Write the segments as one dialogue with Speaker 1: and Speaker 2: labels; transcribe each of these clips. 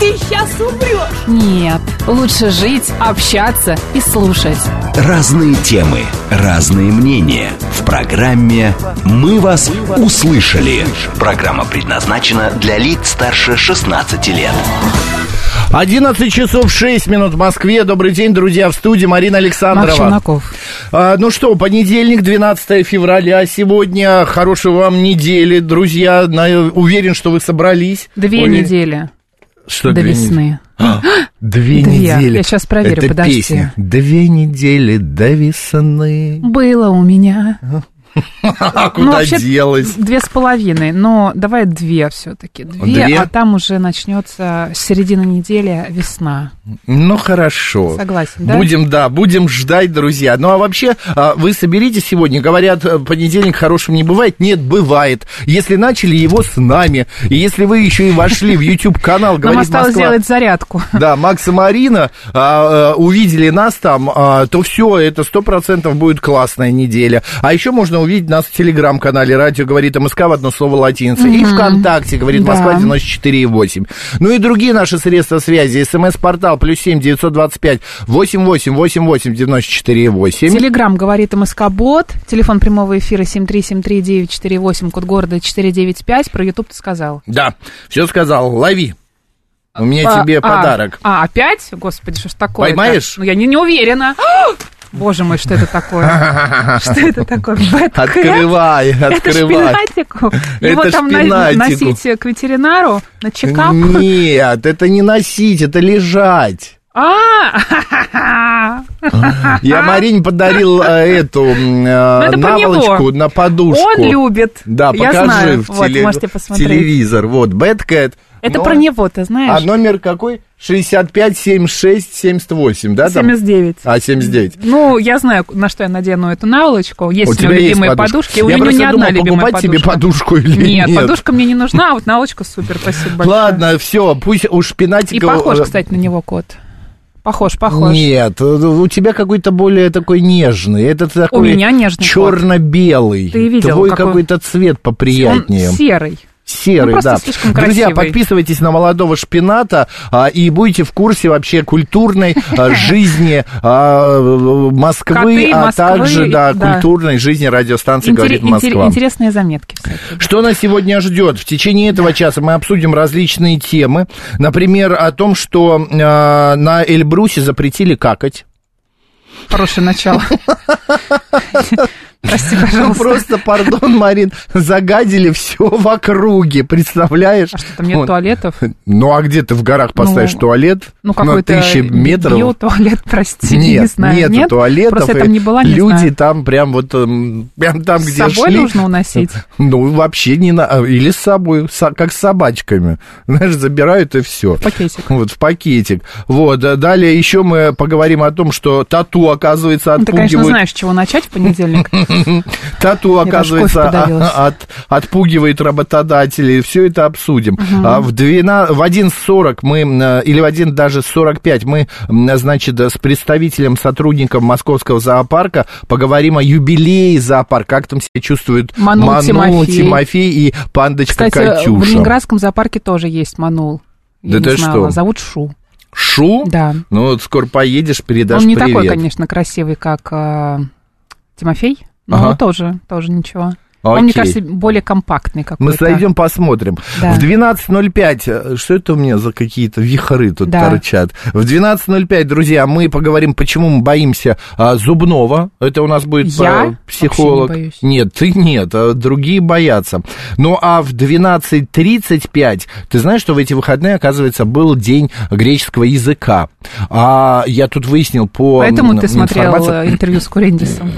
Speaker 1: ты сейчас умрешь.
Speaker 2: Нет, лучше жить, общаться и слушать.
Speaker 3: Разные темы, разные мнения. В программе «Мы вас услышали». Программа предназначена для лиц старше 16 лет.
Speaker 4: 11 часов 6 минут в Москве. Добрый день, друзья, в студии Марина
Speaker 2: Макс
Speaker 4: Александрова.
Speaker 2: Челноков.
Speaker 4: А, ну что, понедельник, 12 февраля. Сегодня хорошей вам недели, друзья. На- уверен, что вы собрались.
Speaker 2: Две
Speaker 4: Уверен-
Speaker 2: недели
Speaker 4: Что,
Speaker 2: до
Speaker 4: две
Speaker 2: весны. Две.
Speaker 4: Две, недели.
Speaker 2: Я щас проверю,
Speaker 4: Это
Speaker 2: подожди.
Speaker 4: песня. Две недели до весны.
Speaker 2: Было у меня.
Speaker 4: А
Speaker 2: Ну,
Speaker 4: куда
Speaker 2: вообще,
Speaker 4: делась?
Speaker 2: Две с половиной, но давай две все-таки. Две,
Speaker 4: Две?
Speaker 2: а там уже начнется середина недели, весна.
Speaker 4: Ну хорошо.
Speaker 2: Согласен, да?
Speaker 4: Будем, да, будем ждать, друзья. Ну а вообще, а, вы соберите сегодня, говорят, э, понедельник хорошим не бывает. Нет, бывает. Если начали его с нами, и если вы еще и вошли в YouTube канал,
Speaker 2: Нам
Speaker 4: говорит
Speaker 2: осталось
Speaker 4: Москва.
Speaker 2: сделать зарядку.
Speaker 4: Да, Макс и Марина а, э, увидели нас там, а, то все, это сто процентов будет классная неделя. А еще можно увидеть нас в телеграм-канале Радио говорит МСК в одно слово латиница. И ВКонтакте говорит
Speaker 2: Да.
Speaker 4: Москва 94,8. Ну и другие наши средства связи. СМС-портал плюс 7 925 8888 94,8.
Speaker 2: Телеграм говорит МСК Бот. Телефон прямого эфира 7373948, код города 495. Про Ютуб ты сказал.
Speaker 4: Да, все сказал, лови. У меня
Speaker 2: А,
Speaker 4: тебе
Speaker 2: а,
Speaker 4: подарок.
Speaker 2: А, опять? Господи, что ж такое
Speaker 4: Поймаешь?
Speaker 2: Ну, я не, не уверена. Боже мой, что это такое? Что это такое? Бэткэт?
Speaker 4: Открывай,
Speaker 2: Это
Speaker 4: открывай.
Speaker 2: шпинатику?
Speaker 4: Это
Speaker 2: Его там на-
Speaker 4: шпинатику.
Speaker 2: носить к ветеринару на чекап?
Speaker 4: Нет, это не носить, это лежать.
Speaker 2: А, Ну,
Speaker 4: Я Марине подарил э, эту м, э,
Speaker 2: это про него.
Speaker 4: наволочку на подушку.
Speaker 2: он любит.
Speaker 4: Да,
Speaker 2: Я
Speaker 4: покажи
Speaker 2: знаю.
Speaker 4: в
Speaker 2: Вот,
Speaker 4: теле-
Speaker 2: можете
Speaker 4: в
Speaker 2: посмотреть.
Speaker 4: телевизор. Вот, Бэткэт.
Speaker 2: Это
Speaker 4: Но-
Speaker 2: про него, ты
Speaker 4: А
Speaker 2: знаешь?
Speaker 4: номер какой? 65, 76, 78, да? там?
Speaker 2: 79.
Speaker 4: А, 79.
Speaker 2: Ну, я знаю, на что я надену эту наволочку. Есть у, меня любимые подушки. У
Speaker 4: Я
Speaker 2: меня
Speaker 4: просто
Speaker 2: не одна
Speaker 4: думал,
Speaker 2: любимая
Speaker 4: покупать
Speaker 2: подушка.
Speaker 4: тебе подушку или
Speaker 2: Нет,
Speaker 4: нет.
Speaker 2: подушка мне не нужна, а вот наволочка супер, спасибо большое.
Speaker 4: Ладно, все, пусть у
Speaker 2: И
Speaker 4: Шпинатикова...
Speaker 2: похож,
Speaker 4: э,
Speaker 2: кстати, на него кот. Похож, похож.
Speaker 4: Нет, э, у тебя какой-то более такой нежный. Это такой
Speaker 2: меня нежный кот.
Speaker 4: черно-белый.
Speaker 2: Ты видел,
Speaker 4: Твой
Speaker 2: какой-
Speaker 4: какой-то цвет
Speaker 2: Он
Speaker 4: поприятнее.
Speaker 2: серый.
Speaker 4: Серый,
Speaker 2: Ну, просто
Speaker 4: да.
Speaker 2: слишком
Speaker 4: Друзья,
Speaker 2: красивый.
Speaker 4: подписывайтесь на молодого шпината а, и будете в курсе вообще культурной а, жизни а, в- Москвы,
Speaker 2: Коты,
Speaker 4: а
Speaker 2: Москвы,
Speaker 4: также да,
Speaker 2: да.
Speaker 4: культурной жизни радиостанции
Speaker 2: Интере-
Speaker 4: говорит
Speaker 2: интере-
Speaker 4: Москва.
Speaker 2: интересные заметки. кстати.
Speaker 4: Что нас сегодня ждет? В течение этого часа мы обсудим различные темы. Например, о том, что э, на Эльбрусе запретили какать.
Speaker 2: Хорошее начало. Прости,
Speaker 4: Ну,
Speaker 2: пожалуйста.
Speaker 4: просто, пардон, Марин, загадили все в округе, представляешь?
Speaker 2: А что, там нет
Speaker 4: Вот.
Speaker 2: туалетов?
Speaker 4: Ну, а где ты в горах поставишь
Speaker 2: Ну,
Speaker 4: туалет?
Speaker 2: Ну,
Speaker 4: на
Speaker 2: какой-то
Speaker 4: тысячи метров?
Speaker 2: биотуалет, прости,
Speaker 4: нет,
Speaker 2: не знаю.
Speaker 4: нету
Speaker 2: Нет?
Speaker 4: туалетов.
Speaker 2: Просто я
Speaker 4: и
Speaker 2: там не была, не
Speaker 4: люди
Speaker 2: знаю.
Speaker 4: там прям вот эм, прям там,
Speaker 2: С
Speaker 4: где
Speaker 2: собой
Speaker 4: шли.
Speaker 2: нужно уносить.
Speaker 4: Ну, вообще не на... а, Или с собой, со- как с собачками. Знаешь, забирают и все.
Speaker 2: Пакетик.
Speaker 4: Вот, в пакетик. Вот, а далее еще мы поговорим о том, что тату, оказывается,
Speaker 2: Ну, ты, конечно,
Speaker 4: отпугивают...
Speaker 2: знаешь, с чего начать в понедельник.
Speaker 4: Тату,
Speaker 2: даже
Speaker 4: оказывается,
Speaker 2: кофе подавилась.
Speaker 4: а- от- отпугивает работодателей. Все это обсудим. А В, 12, в 1.40 мы, м, э, или в 1 даже 45 мы, м, э, значит, с представителем, сотрудником московского зоопарка поговорим о юбилее зоопарка. Как там себя чувствуют
Speaker 2: Манул Тимофей.
Speaker 4: Тимофей и пандочка
Speaker 2: Кстати, в
Speaker 4: Катюша.
Speaker 2: Ленинградском зоопарке тоже есть манул. Я
Speaker 4: а? Да
Speaker 2: не
Speaker 4: ты
Speaker 2: знала.
Speaker 4: что?
Speaker 2: Зовут Шу.
Speaker 4: Шу?
Speaker 2: Да.
Speaker 4: Ну, вот скоро поедешь, передашь
Speaker 2: Он не
Speaker 4: привет.
Speaker 2: такой, конечно, красивый, как э, Тимофей, но
Speaker 4: Ага.
Speaker 2: тоже, тоже ничего.
Speaker 4: Окей.
Speaker 2: Он, мне кажется, более компактный какой-то.
Speaker 4: Мы зайдем, посмотрим.
Speaker 2: Да.
Speaker 4: В 12.05, э, что это у меня за какие-то вихры тут
Speaker 2: Да.
Speaker 4: торчат? В 12.05, друзья, мы поговорим, почему мы боимся а, зубного. Это у нас будет
Speaker 2: Я
Speaker 4: э, психолог.
Speaker 2: вообще не боюсь.
Speaker 4: Нет, ты нет, а другие боятся. Ну а в 12.35, ты знаешь, что в эти выходные, оказывается, был день греческого языка. А я тут выяснил по...
Speaker 2: Поэтому
Speaker 4: м,
Speaker 2: ты смотрел
Speaker 4: информации-
Speaker 2: э, интервью с Курендисом.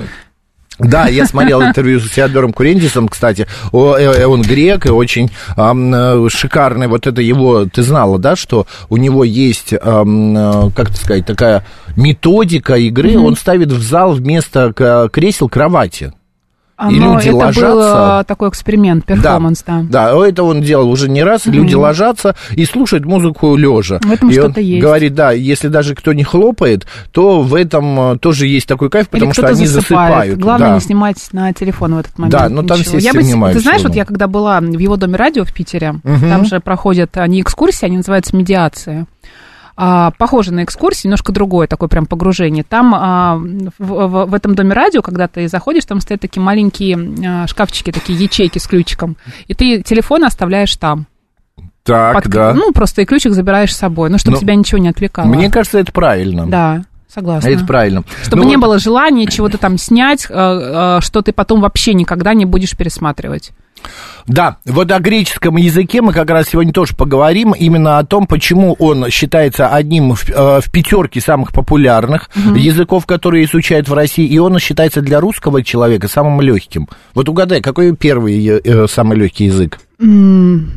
Speaker 4: Да, я смотрел интервью с Феодором Курендисом, кстати. О, э, э, Он грек и очень ам, э, шикарный. Вот это его... Ты знала, да, что у него есть, ам, э, как это сказать, такая методика игры. Он ставит в зал вместо к- кресел кровати.
Speaker 2: А,
Speaker 4: И
Speaker 2: но
Speaker 4: люди
Speaker 2: это был
Speaker 4: ложатся.
Speaker 2: э, такой эксперимент, перформанс, да.
Speaker 4: Да, это он делал уже не раз. Люди ложатся и слушают музыку лежа.
Speaker 2: В этом
Speaker 4: и он
Speaker 2: что-то есть.
Speaker 4: говорит, да, если даже кто не хлопает, то в этом э, тоже есть такой кайф, потому
Speaker 2: Или
Speaker 4: что
Speaker 2: кто-то
Speaker 4: они
Speaker 2: засыпает.
Speaker 4: засыпают.
Speaker 2: Главное
Speaker 4: да.
Speaker 2: не снимать на телефон в этот момент.
Speaker 4: Да, но там
Speaker 2: ничего.
Speaker 4: все
Speaker 2: я бы, с-
Speaker 4: снимают
Speaker 2: Ты знаешь,
Speaker 4: всё
Speaker 2: вот я когда была в его доме радио в Питере, там же проходят они экскурсии, они называются медиации. А, похоже на экскурсии, немножко другое такое прям погружение. Там а, в, в- в этом доме радио, когда ты заходишь, там стоят такие маленькие а, шкафчики, такие ячейки с ключиком, и ты телефон оставляешь там.
Speaker 4: Так,
Speaker 2: Под-
Speaker 4: да.
Speaker 2: Ну, просто и ключик забираешь с собой, ну, чтобы
Speaker 4: Ну,
Speaker 2: тебя ничего не отвлекало.
Speaker 4: Мне кажется, это правильно.
Speaker 2: Да, согласна.
Speaker 4: Это правильно.
Speaker 2: Чтобы
Speaker 4: Ну
Speaker 2: не
Speaker 4: вот,
Speaker 2: было желания чего-то там снять, э, э, что ты потом вообще никогда не будешь пересматривать.
Speaker 4: Да, вот о греческом языке мы как раз сегодня тоже поговорим, именно о том, почему он считается одним в, э, в пятерке самых популярных языков, которые изучают в России, и он считается для русского человека самым легким. Вот угадай, какой первый э, э, самый легкий язык?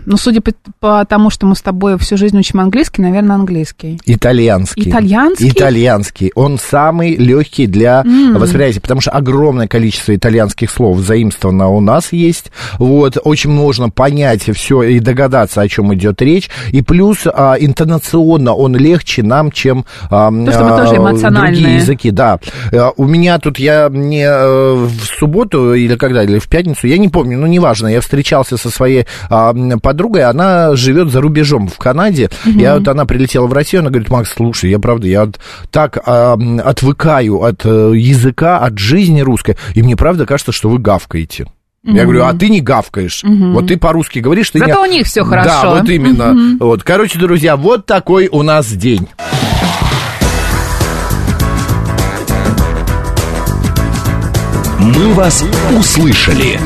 Speaker 2: Ну, судя по, по тому, что мы с тобой всю жизнь учим английский, наверное, английский.
Speaker 4: Итальянский.
Speaker 2: Итальянский?
Speaker 4: Итальянский. Он самый легкий для восприятия, потому что огромное количество итальянских слов заимствовано у нас есть. Вот, очень можно понять все и догадаться, о чем идет речь. И плюс а, интонационно он легче нам, чем
Speaker 2: что
Speaker 4: а,
Speaker 2: мы
Speaker 4: а,
Speaker 2: тоже эмоциональные.
Speaker 4: другие языки. Да. Э, У меня тут, я мне э, в субботу или когда, или в пятницу, я не помню, ну, неважно, я встречался со своей а, м, подругой, она живет за рубежом в Канаде, и вот она прилетела в Россию, она говорит, Макс, слушай, я правда, я от- так а, м, отвыкаю от э, языка, от жизни русской, и мне правда кажется, что вы гавкаете. Я говорю, а ты не гавкаешь. Вот ты по-русски говоришь, ты
Speaker 2: Зато
Speaker 4: не-
Speaker 2: у них всё
Speaker 4: Да,
Speaker 2: хорошо.
Speaker 4: вот именно. Вот. Короче, друзья, вот такой у нас день.
Speaker 3: «Мы вас услышали».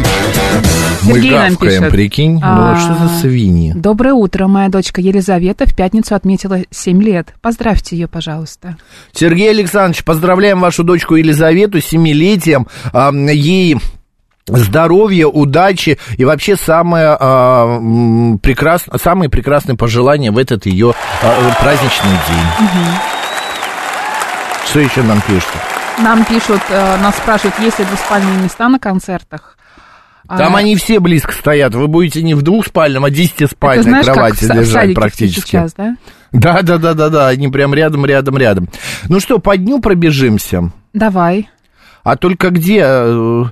Speaker 2: Сергей
Speaker 4: Мы
Speaker 2: нам
Speaker 4: гавкаем,
Speaker 2: пишет.
Speaker 4: прикинь. Ну,
Speaker 2: А.
Speaker 4: что за свиньи?
Speaker 2: Доброе утро. Моя дочка Елизавета в пятницу отметила 7 лет. Поздравьте ее, пожалуйста.
Speaker 4: Сергей Александрович, поздравляем вашу дочку Елизавету с семилетием. А, м, ей здоровья, удачи и вообще самое, а, м, прекрас- самые прекрасные пожелания в этот ее а, праздничный день. Что еще нам пишут?
Speaker 2: Нам пишут, э, нас спрашивают, есть ли двуспальные места на концертах. А,
Speaker 4: Там они все близко стоят. Вы будете не в двухспальном, а
Speaker 2: ты
Speaker 4: десятиспальной
Speaker 2: знаешь, как в
Speaker 4: кровати
Speaker 2: са- в
Speaker 4: лежать
Speaker 2: садике
Speaker 4: практически.
Speaker 2: сейчас, да?
Speaker 4: Да, да, да, да, да. Они прям рядом, рядом, рядом. Ну что, по дню пробежимся.
Speaker 2: Давай.
Speaker 4: А только где? э,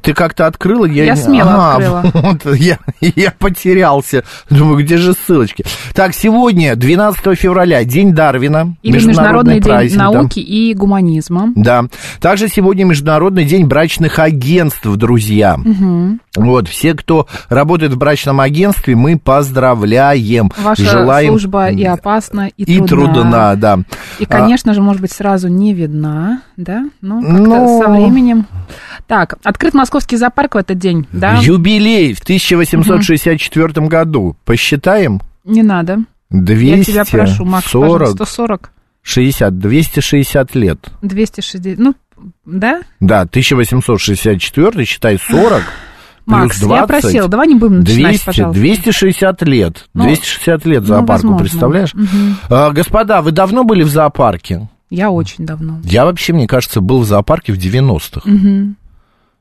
Speaker 4: Ты как-то открыла? Я,
Speaker 2: Я
Speaker 4: не-
Speaker 2: смело
Speaker 4: Ага,
Speaker 2: открыла.
Speaker 4: вот, я, я потерялся. Думаю, где же ссылочки? Так, сегодня, 12 февраля, День Дарвина.
Speaker 2: Или Международный, день
Speaker 4: праздник, да.
Speaker 2: науки и гуманизма.
Speaker 4: Да. Также сегодня Международный день брачных агентств, друзья. Вот, все, кто работает в брачном агентстве, мы поздравляем.
Speaker 2: Ваша
Speaker 4: Желаем...
Speaker 2: служба и опасна, и,
Speaker 4: И трудна, да.
Speaker 2: И,
Speaker 4: А,
Speaker 2: конечно же, может быть, сразу не видна, да? Ну, как-то
Speaker 4: Ну.
Speaker 2: со временем. Так, открыт московский зоопарк в этот день, да?
Speaker 4: Юбилей в 1864 году. Посчитаем?
Speaker 2: Не надо.
Speaker 4: 200,
Speaker 2: Я тебя прошу, Макс,
Speaker 4: 40,
Speaker 2: пожалуйста, 140,
Speaker 4: 60, 260 лет.
Speaker 2: 260, ну, да?
Speaker 4: Да, 1864, считай, 40
Speaker 2: Макс,
Speaker 4: плюс 20.
Speaker 2: я просила, давай не будем начинать,
Speaker 4: 200,
Speaker 2: пожалуйста.
Speaker 4: 260 лет.
Speaker 2: Ну,
Speaker 4: 260 лет
Speaker 2: ну,
Speaker 4: зоопарку,
Speaker 2: возможно.
Speaker 4: представляешь?
Speaker 2: Мгм.
Speaker 4: А, господа, вы давно были в зоопарке?
Speaker 2: Я очень давно.
Speaker 4: Я вообще, мне кажется, был в зоопарке в 90-х.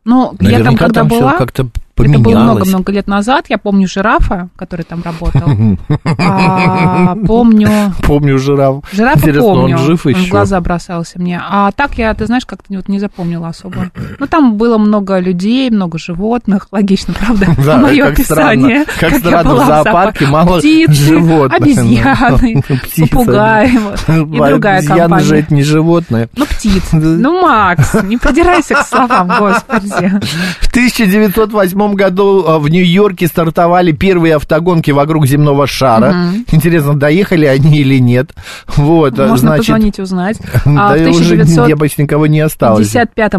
Speaker 2: Ну, я
Speaker 4: Наверняка
Speaker 2: там когда
Speaker 4: всё
Speaker 2: была,
Speaker 4: как-то
Speaker 2: это было
Speaker 4: поменялось.
Speaker 2: много-много лет назад, я помню жирафа, который там работал, А, помню...
Speaker 4: Помню жираф.
Speaker 2: Жирафа
Speaker 4: Интересно,
Speaker 2: помню,
Speaker 4: он жив еще?
Speaker 2: в глаза бросался мне. А так я, ты знаешь, как-то вот не запомнила особо. Ну, там было много людей, много животных, логично, правда?
Speaker 4: Да,
Speaker 2: Мое
Speaker 4: как странно.
Speaker 2: описание.
Speaker 4: Как странно, в зоопарке
Speaker 2: зоопарке.
Speaker 4: мало
Speaker 2: Птицы,
Speaker 4: животных.
Speaker 2: обезьяны,
Speaker 4: Птицы.
Speaker 2: попугаи вот, и другая
Speaker 4: Обезьяны же
Speaker 2: компания.
Speaker 4: это не животное.
Speaker 2: Ну, птиц.
Speaker 4: Да.
Speaker 2: Ну, Макс, не придирайся к словам, господи.
Speaker 4: В 1908 1947 году э, в Нью-Йорке стартовали первые автогонки вокруг земного шара. Интересно, доехали они или нет. Вот, э,
Speaker 2: Можно
Speaker 4: значит...
Speaker 2: позвонить и узнать. А
Speaker 4: Да
Speaker 2: в
Speaker 4: и уже я бы
Speaker 2: 1955
Speaker 4: с никого не осталось.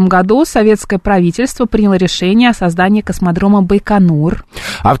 Speaker 2: году советское правительство приняло решение о создании космодрома Байконур.
Speaker 4: А в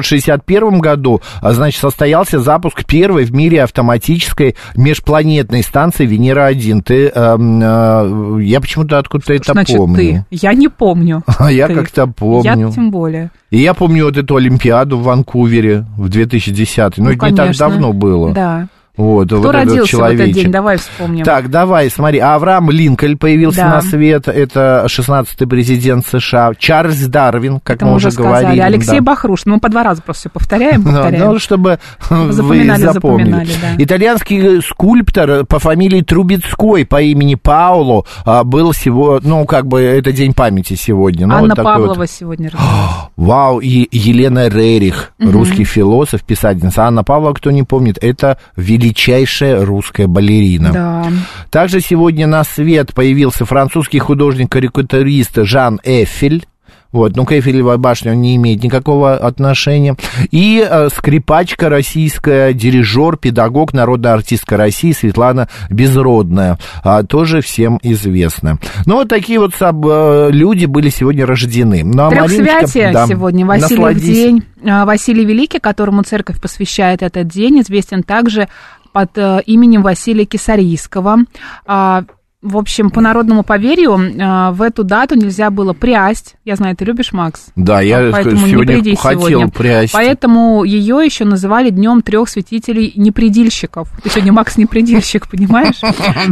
Speaker 4: 1961 году, а, значит, состоялся запуск первой в мире автоматической межпланетной станции Венера-1. Ты, эм, э, я почему-то откуда-то это
Speaker 2: Значит,
Speaker 4: помню.
Speaker 2: ты. Я не помню.
Speaker 4: А я
Speaker 2: Ты.
Speaker 4: как-то помню.
Speaker 2: Я тем более.
Speaker 4: И я помню вот эту Олимпиаду в Ванкувере в 2010. Ну, это не так
Speaker 2: конечно.
Speaker 4: давно было.
Speaker 2: Да.
Speaker 4: Вот,
Speaker 2: Кто
Speaker 4: вот этот
Speaker 2: родился в этот
Speaker 4: человечек.
Speaker 2: день? Давай вспомним.
Speaker 4: Так, давай, смотри. Авраам Линкольн появился
Speaker 2: Да.
Speaker 4: на свет. Это 16-й президент США. Чарльз Дарвин, как
Speaker 2: Это
Speaker 4: мы
Speaker 2: мы
Speaker 4: уже
Speaker 2: уже сказали.
Speaker 4: говорили.
Speaker 2: Алексей
Speaker 4: да.
Speaker 2: Бахрушин. Мы по два раза просто все повторяем,
Speaker 4: Ну,
Speaker 2: повторяем.
Speaker 4: ну, чтобы вы
Speaker 2: Запоминали,
Speaker 4: запомнили.
Speaker 2: запоминали, да.
Speaker 4: Итальянский скульптор по фамилии Трубецкой по имени Пауло а, был всего, ну, как бы, это день памяти сегодня. Ну,
Speaker 2: Анна
Speaker 4: вот такой
Speaker 2: Павлова
Speaker 4: вот.
Speaker 2: сегодня родилась.
Speaker 4: Вау, и Елена Рерих, русский философ, писательница. Анна Павлова, кто не помнит, это величайшая русская балерина.
Speaker 2: Да.
Speaker 4: Также сегодня на свет появился французский художник-карикатурист Жан Эфель. Вот, ну, к Эйфелевой башне он не имеет никакого отношения. И э, скрипачка российская, дирижер, педагог, народная артистка России Светлана Безродная. а, тоже всем известна. Ну, вот такие вот саб- э, люди были сегодня рождены. Ну, а
Speaker 2: Трехсвятие
Speaker 4: Мариночка, да,
Speaker 2: сегодня, Васильев
Speaker 4: насладись.
Speaker 2: день. А, Василий Великий, которому церковь посвящает этот день, известен также под э, именем Василия Кисарийского. А, В общем, по народному поверью, а, в эту дату нельзя было прясть. Я знаю, ты любишь, Макс?
Speaker 4: Да, я
Speaker 2: Поэтому не
Speaker 4: сегодня
Speaker 2: приди
Speaker 4: хотел
Speaker 2: сегодня.
Speaker 4: прясть.
Speaker 2: Поэтому ее еще называли днем трех святителей непредильщиков. Ты сегодня Макс непредильщик, понимаешь?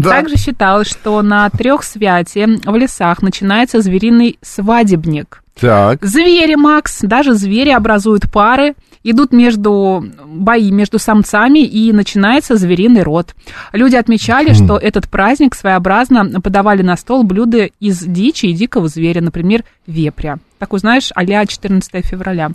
Speaker 2: Также считалось, что на трех святе в лесах начинается звериный свадебник.
Speaker 4: Так.
Speaker 2: Звери, Макс, даже звери образуют пары, идут между бои между самцами и начинается звериный род. Люди
Speaker 4: Хм.
Speaker 2: отмечали, что этот праздник своеобразно подавали на стол блюда из дичи и дикого зверя, например, вепря. Такой, знаешь, а-ля 14 февраля.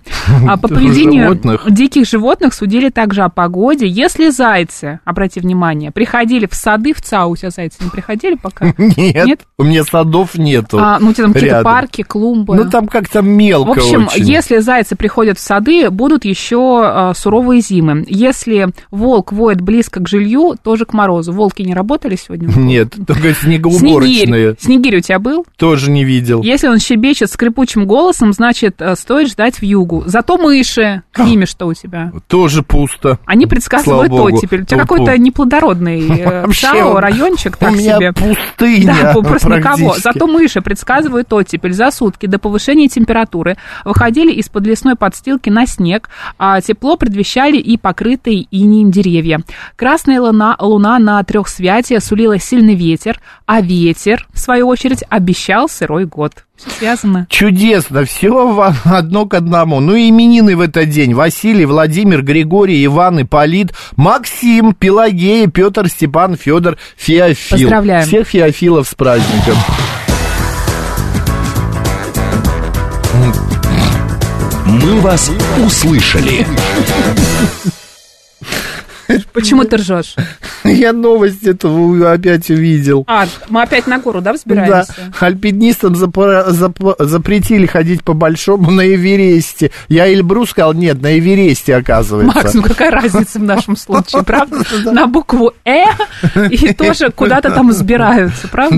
Speaker 2: А по поведению
Speaker 4: Животных.
Speaker 2: диких животных судили также о погоде. Если зайцы, обрати внимание, приходили в сады, в ЦАУ у тебя зайцы не приходили пока?
Speaker 4: Нет,
Speaker 2: Нет?
Speaker 4: у меня садов нету.
Speaker 2: А, ну, у тебя там какие-то
Speaker 4: рядом.
Speaker 2: парки, клумбы.
Speaker 4: Ну, там как-то мелко
Speaker 2: В общем,
Speaker 4: очень.
Speaker 2: если зайцы приходят в сады, будут еще э, суровые зимы. Если волк воет близко к жилью, тоже к морозу. Волки не работали сегодня?
Speaker 4: Нет, только снегоуборочные.
Speaker 2: Снегирь. Снегирь у тебя был?
Speaker 4: Тоже не видел.
Speaker 2: Если он щебечет скрипучим голосом, значит, э, стоит ждать в югу. Зато мыши. К ними что у тебя?
Speaker 4: Тоже пусто.
Speaker 2: Они предсказывают
Speaker 4: Слава богу.
Speaker 2: оттепель. У тебя
Speaker 4: Ту-ту.
Speaker 2: какой-то неплодородный э,
Speaker 4: Вообще
Speaker 2: ЦАО,
Speaker 4: он-
Speaker 2: райончик так
Speaker 4: У меня
Speaker 2: себе.
Speaker 4: пустыня
Speaker 2: Да, просто никого.
Speaker 4: практически.
Speaker 2: Зато мыши предсказывают оттепель за сутки до повышения температуры. Выходили из-под лесной подстилки на снег, а тепло предвещали и покрытые инеем деревья. Красная луна, луна на трехсвятие сулила сильный ветер, а ветер, в свою очередь, обещал сырой год. Все связано.
Speaker 4: Чудесно, все одно к одному. Ну и именины в этот день. Василий, Владимир, Григорий, Иван, Ипполит, Максим, Пелагея, Петр, Степан, Федор, Феофил.
Speaker 2: Поздравляем.
Speaker 4: Всех феофилов с праздником.
Speaker 3: «Мы вас услышали».
Speaker 2: Почему ты ржешь?
Speaker 4: Я новость этого опять увидел.
Speaker 2: А, мы опять на гору, да,
Speaker 4: Да,
Speaker 2: взбираемся?
Speaker 4: альпинистам запора- зап- запретили ходить по-большому на Эвересте. Я Эльбрус сказал, нет, на Эвересте, оказывается.
Speaker 2: Макс, ну какая разница в нашем случае, правда? На букву «э» и тоже куда-то там взбираются, правда?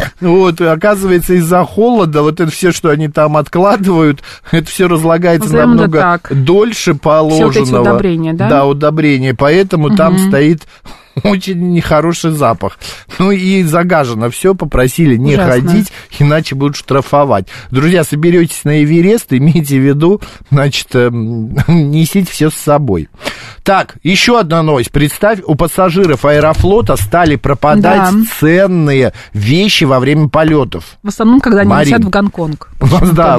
Speaker 4: Да, вот, и оказывается, из-за холода вот это все, что они там откладывают, это все разлагается
Speaker 2: Назовем это
Speaker 4: намного
Speaker 2: так.
Speaker 4: дольше положенного.
Speaker 2: эти удобрения, да?
Speaker 4: Да, удобрения, поэтому там стоит очень нехороший запах. Ну и загажено все, попросили не
Speaker 2: Ужасно.
Speaker 4: ходить, иначе будут штрафовать. Друзья, соберетесь на Эверест, имейте в виду, значит, эм, несите все с собой. Так, еще одна новость. Представь, у пассажиров аэрофлота стали пропадать
Speaker 2: Да.
Speaker 4: ценные вещи во время полетов.
Speaker 2: В основном, когда они
Speaker 4: Марин.
Speaker 2: летят в Гонконг.
Speaker 4: Да,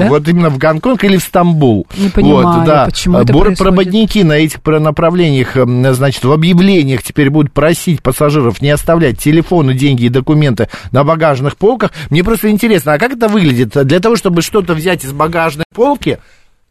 Speaker 2: да?
Speaker 4: вот именно в Гонконг или в Стамбул.
Speaker 2: Не понимаю,
Speaker 4: Вот, да.
Speaker 2: почему это
Speaker 4: Бор-
Speaker 2: происходит?
Speaker 4: Проводники на этих про- направлениях, эм, значит, в объявлениях теперь будут просить пассажиров не оставлять телефоны, деньги и документы на багажных полках. Мне просто интересно, а как это выглядит? Для того, чтобы что-то взять из багажной полки,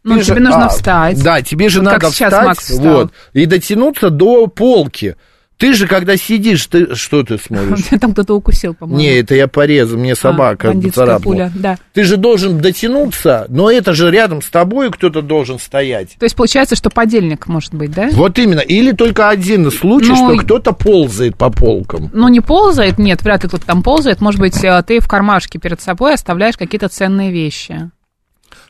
Speaker 2: Ну,
Speaker 4: ты
Speaker 2: тебе
Speaker 4: же-
Speaker 2: нужно
Speaker 4: а,
Speaker 2: встать.
Speaker 4: Да, тебе же
Speaker 2: Вот как
Speaker 4: надо
Speaker 2: сейчас
Speaker 4: встать
Speaker 2: Макс встал.
Speaker 4: вот, и дотянуться до полки. Ты же, когда сидишь, ты что ты смотришь?
Speaker 2: Там кто-то укусил, по-моему.
Speaker 4: Не, это я порезал, мне собака
Speaker 2: А, бандитская
Speaker 4: царапнула.
Speaker 2: пуля, да.
Speaker 4: Ты же должен дотянуться, но это же рядом с тобой кто-то должен стоять.
Speaker 2: То есть получается, что подельник может быть, да?
Speaker 4: Вот именно. Или только один случай,
Speaker 2: Ну, и-
Speaker 4: что кто-то ползает по полкам.
Speaker 2: Ну, не ползает, нет, вряд ли кто-то там ползает. Может быть, э, ты в кармашке перед собой оставляешь какие-то ценные вещи.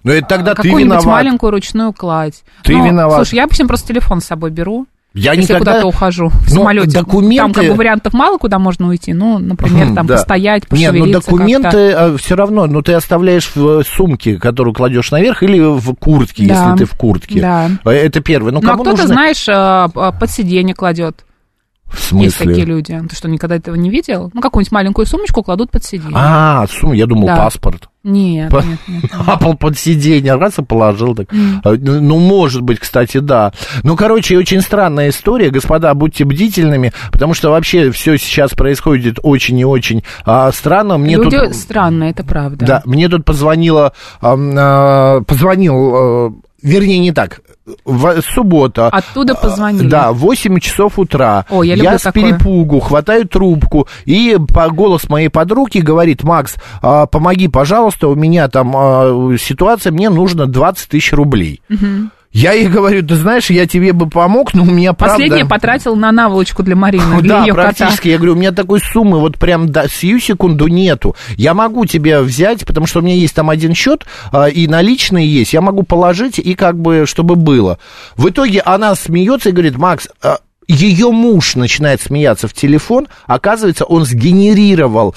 Speaker 4: Но это тогда ты
Speaker 2: Какую-нибудь
Speaker 4: виноват.
Speaker 2: маленькую ручную кладь.
Speaker 4: Ты
Speaker 2: Ну,
Speaker 4: виноват.
Speaker 2: Слушай, я обычно просто телефон с собой беру.
Speaker 4: Я
Speaker 2: если
Speaker 4: никогда-
Speaker 2: куда-то ухожу в
Speaker 4: Ну,
Speaker 2: самолете. Там
Speaker 4: документы-
Speaker 2: как бы вариантов мало, куда можно уйти. Ну, например, там
Speaker 4: Да.
Speaker 2: постоять,
Speaker 4: Не,
Speaker 2: пошевелиться
Speaker 4: ну
Speaker 2: как-то.
Speaker 4: документы все равно, ну ты оставляешь в э, сумке, которую кладешь наверх, или в куртке,
Speaker 2: Да.
Speaker 4: если ты в куртке.
Speaker 2: Да.
Speaker 4: Э, Это первое. Ну,
Speaker 2: Ну, а
Speaker 4: кому
Speaker 2: кто-то,
Speaker 4: нужно...
Speaker 2: знаешь, э, э, под сиденье кладет.
Speaker 4: В
Speaker 2: Есть
Speaker 4: смысле?
Speaker 2: такие люди. Ты что, никогда этого не видел? Ну, какую-нибудь маленькую сумочку кладут под сиденье.
Speaker 4: А, сумма, я думал,
Speaker 2: Да.
Speaker 4: паспорт.
Speaker 2: Нет,
Speaker 4: По-
Speaker 2: нет, нет.
Speaker 4: Апл под сиденье, раз и положил так. Э, Ну, может быть, кстати, да. Ну, короче, очень странная история, господа, будьте бдительными, потому что вообще все сейчас происходит очень и очень а, странно. Мне
Speaker 2: Люди
Speaker 4: тут...
Speaker 2: странные, это правда.
Speaker 4: Да, мне тут позвонила, ам, а, позвонил, э, вернее, не так, в, суббота.
Speaker 2: Оттуда
Speaker 4: А,
Speaker 2: позвонили.
Speaker 4: Да, 8 часов утра.
Speaker 2: О, я люблю
Speaker 4: с
Speaker 2: такое.
Speaker 4: перепугу хватаю трубку, и по голос моей подруги говорит, Макс, а, помоги, пожалуйста, у меня там а, ситуация, мне нужно 20 тысяч рублей. Я ей говорю, ты знаешь, я тебе бы помог, но у меня правда...
Speaker 2: Последнее потратил на наволочку для Марины, для
Speaker 4: Да,
Speaker 2: ее кота.
Speaker 4: практически. Я говорю, у меня такой суммы вот прям до сию секунду нету. Я могу тебе взять, потому что у меня есть там один счет, а, и наличные есть. Я могу положить, и как бы, чтобы было. В итоге она смеется и говорит, Макс, а, ее муж начинает смеяться в телефон. Оказывается, он сгенерировал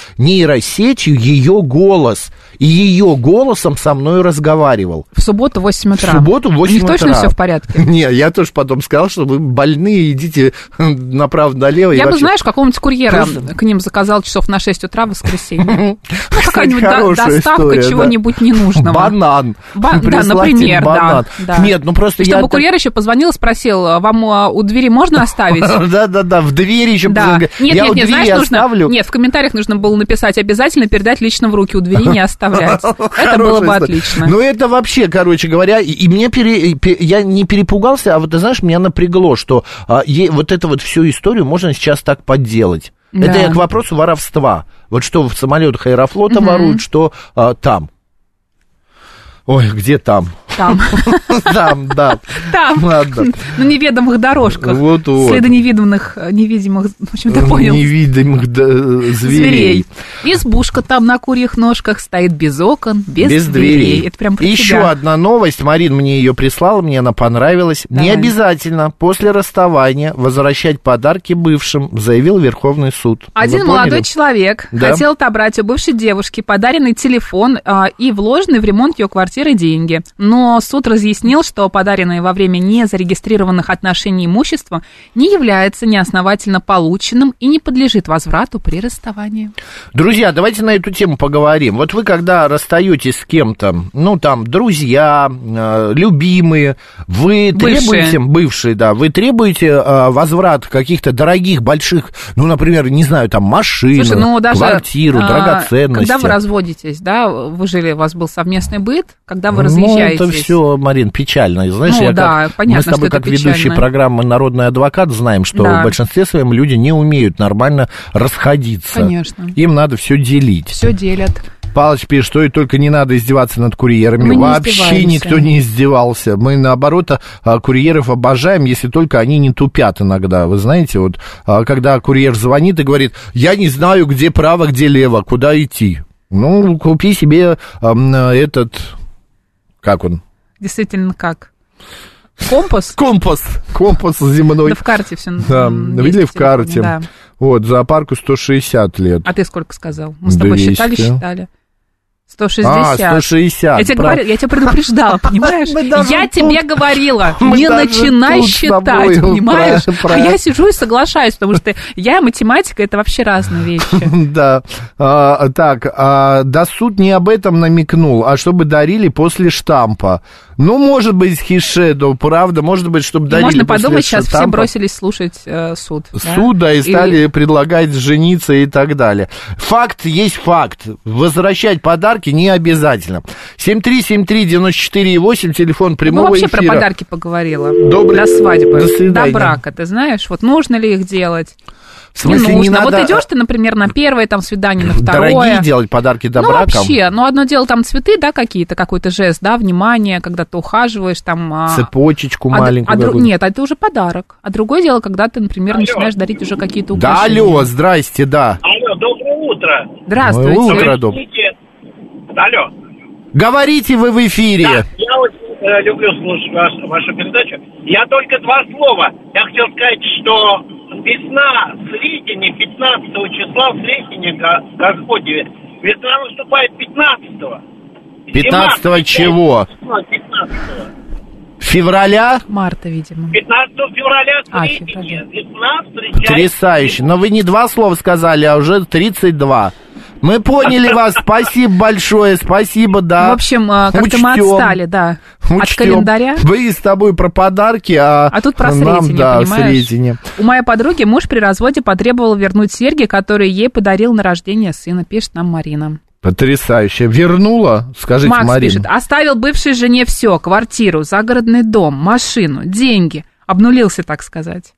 Speaker 4: нейросетью ее голос. И ее голосом со мной разговаривал.
Speaker 2: В субботу 8 утра.
Speaker 4: В субботу в 8
Speaker 2: У них точно
Speaker 4: утра.
Speaker 2: все в порядке?
Speaker 4: Не, я тоже потом сказал, что вы больные, идите направо-налево. и
Speaker 2: Я бы,
Speaker 4: вообще-
Speaker 2: знаешь, какому-нибудь курьера
Speaker 4: Просто-
Speaker 2: к ним заказал часов на 6 утра в воскресенье. Ну, какая-нибудь до-
Speaker 4: хорошая
Speaker 2: доставка
Speaker 4: история, да.
Speaker 2: чего-нибудь ненужного.
Speaker 4: Банан.
Speaker 2: Ба- да,
Speaker 4: Прислать
Speaker 2: например,
Speaker 4: им
Speaker 2: да,
Speaker 4: банан.
Speaker 2: да.
Speaker 4: Нет, ну просто
Speaker 2: И
Speaker 4: я...
Speaker 2: чтобы
Speaker 4: так-
Speaker 2: курьер еще позвонил и спросил, «А вам а, у двери можно оставить?
Speaker 4: Да-да-да, в двери еще...
Speaker 2: Да.
Speaker 4: позвонил.
Speaker 2: Нет, нет,
Speaker 4: я у
Speaker 2: нет,
Speaker 4: двери
Speaker 2: знаешь, нужно...
Speaker 4: оставлю.
Speaker 2: Нет, в комментариях нужно было написать обязательно передать лично в руки, у двери не оставлять. Это
Speaker 4: Хорошая
Speaker 2: было бы
Speaker 4: история.
Speaker 2: отлично.
Speaker 4: Ну, это вообще, короче говоря, и, и меня пере- и пе- я не перепугался, а вот, ты знаешь, меня напрягло, что а, е- вот эту вот всю историю можно сейчас так подделать. Это
Speaker 2: Да.
Speaker 4: я к вопросу воровства. Вот что в самолетах аэрофлота воруют, что а, там. Ой, где там?
Speaker 2: Там.
Speaker 4: Там, да.
Speaker 2: Там.
Speaker 4: Ладно.
Speaker 2: На неведомых дорожках.
Speaker 4: Вот, вот. Э,
Speaker 2: Следы невидимых, э, невидимых, в общем, ты понял.
Speaker 4: Невидимых да, зверей.
Speaker 2: зверей. Избушка там на курьих ножках стоит без окон, без,
Speaker 4: Без
Speaker 2: дверей.
Speaker 4: дверей.
Speaker 2: Это прям про
Speaker 4: Еще
Speaker 2: тебя.
Speaker 4: одна новость. Марин мне ее прислала, мне она понравилась. Не
Speaker 2: Давай.
Speaker 4: обязательно после расставания возвращать подарки бывшим, заявил Верховный суд.
Speaker 2: Один
Speaker 4: Вы поняли?
Speaker 2: молодой человек
Speaker 4: Да.
Speaker 2: хотел отобрать у бывшей девушки подаренный телефон а, и вложенный в ремонт ее квартиры деньги. Но суд разъяснил, что подаренное во время незарегистрированных отношений имущество не является неосновательно полученным и не подлежит возврату при расставании.
Speaker 4: Друзья, давайте на эту тему поговорим. Вот вы когда расстаетесь с кем-то, ну там друзья, э, любимые, вы
Speaker 2: Бывшие.
Speaker 4: требуете, бывшие, да, вы требуете э, возврат каких-то дорогих, больших, ну, например, не знаю, там машину,
Speaker 2: Слушай, ну даже
Speaker 4: квартиру,
Speaker 2: а,
Speaker 4: драгоценности.
Speaker 2: Когда вы разводитесь, да, вы жили, у вас был совместный быт, когда вы
Speaker 4: Ну,
Speaker 2: разъезжаетесь.
Speaker 4: это все, Марин, печально. Знаешь,
Speaker 2: Ну,
Speaker 4: я
Speaker 2: да,
Speaker 4: как-
Speaker 2: понятно,
Speaker 4: мы с
Speaker 2: что
Speaker 4: тобой,
Speaker 2: это
Speaker 4: как ведущие
Speaker 2: печально.
Speaker 4: программы «Народный адвокат», знаем, что
Speaker 2: Да.
Speaker 4: в большинстве своем люди не умеют нормально расходиться.
Speaker 2: Конечно.
Speaker 4: Им надо все делить.
Speaker 2: Все делят.
Speaker 4: Палыч пишет, что и только не надо издеваться над курьерами.
Speaker 2: Мы не
Speaker 4: Вообще
Speaker 2: издеваемся.
Speaker 4: никто не издевался. Мы, наоборот, а, а, курьеров обожаем, если только они не тупят иногда. Вы знаете, вот а, когда курьер звонит и говорит, я не знаю, где право, где лево, куда идти. Ну, купи себе ам, а, этот... Как он?
Speaker 2: Действительно, как? Компас?
Speaker 4: Компас. Компас земной.
Speaker 2: Да в карте все.
Speaker 4: Да, видели в карте. Вот, зоопарку 160 лет.
Speaker 2: А ты сколько сказал? Мы с тобой
Speaker 4: 200.
Speaker 2: считали, считали. 160.
Speaker 4: А, 160.
Speaker 2: Я тебе,
Speaker 4: прав.
Speaker 2: говорю, я тебя предупреждала, понимаешь?
Speaker 4: Мы даже
Speaker 2: Я
Speaker 4: тут-
Speaker 2: тебе говорила,
Speaker 4: мы
Speaker 2: не
Speaker 4: даже
Speaker 2: начинай
Speaker 4: тут с тобой
Speaker 2: считать, понимаешь?
Speaker 4: про- про-
Speaker 2: А я сижу и соглашаюсь, потому что я и математика, это вообще разные вещи.
Speaker 4: Да. А, так, а, да суд не об этом намекнул, а чтобы дарили после штампа. Ну, может быть, хишедо, правда, может быть, чтобы дарили
Speaker 2: Ну, Можно
Speaker 4: после
Speaker 2: подумать, сейчас все
Speaker 4: штампа.
Speaker 2: бросились слушать э, суд. да?
Speaker 4: Суда и стали предлагать жениться и так далее. Факт есть факт. Возвращать подарки не обязательно. 7373948, телефон
Speaker 2: Ну,
Speaker 4: прямого
Speaker 2: вообще
Speaker 4: эфира.
Speaker 2: про подарки поговорила.
Speaker 4: Добрый-
Speaker 2: До свадьбы.
Speaker 4: До свидания.
Speaker 2: брака, ты знаешь? Вот нужно ли их делать?
Speaker 4: В смысле,
Speaker 2: не
Speaker 4: не
Speaker 2: нужно.
Speaker 4: надо-
Speaker 2: Вот идешь ты, например, на первое там свидание, на второе.
Speaker 4: Дорогие делать подарки до
Speaker 2: ну,
Speaker 4: брака.
Speaker 2: вообще, ну, одно дело там цветы, да, какие-то, какой-то жест, да, внимание, когда ты ухаживаешь, там... а,
Speaker 4: Цепочечку
Speaker 2: а д-
Speaker 4: маленькую.
Speaker 2: а дру-
Speaker 4: какую-то.
Speaker 2: Нет, а это уже подарок. А другое дело, когда ты, например, начинаешь дарить уже какие-то
Speaker 4: Да,
Speaker 2: украшения.
Speaker 4: алло, здрасте, да.
Speaker 5: Алло, доброе утро.
Speaker 2: Здравствуйте.
Speaker 4: Ну, утро доброе.
Speaker 5: Извините. Алло.
Speaker 4: Говорите вы в эфире.
Speaker 5: Я очень э, люблю слушать ваш- вашу передачу. Я только два слова. Я хотел сказать, что весна в Сретине, 15 числа в Сретине Го- Господневе. Весна наступает 15
Speaker 4: 15 чего?
Speaker 5: 15
Speaker 4: Февраля?
Speaker 2: Марта, видимо.
Speaker 5: 15 февраля в
Speaker 2: А,
Speaker 5: Сретине.
Speaker 2: февраля.
Speaker 5: Весна встречает...
Speaker 4: Потрясающе. Но вы не два слова сказали, а уже 32. Мы поняли вас. Спасибо большое. Спасибо, да.
Speaker 2: В общем, а, как-то мы
Speaker 4: Учтём.
Speaker 2: отстали, да, от
Speaker 4: Учтём.
Speaker 2: календаря.
Speaker 4: Вы с тобой про подарки, а,
Speaker 2: А тут про
Speaker 4: нам,
Speaker 2: Сретение,
Speaker 4: да,
Speaker 2: понимаешь?
Speaker 4: Сретение.
Speaker 2: У моей подруги муж при разводе потребовал вернуть серьги, которые ей подарил на рождение сына, пишет нам Марина.
Speaker 4: Потрясающе. Вернула? Скажите,
Speaker 2: Макс
Speaker 4: Марина.
Speaker 2: пишет, оставил бывшей жене все, квартиру, загородный дом, машину, деньги. Обнулился, так сказать.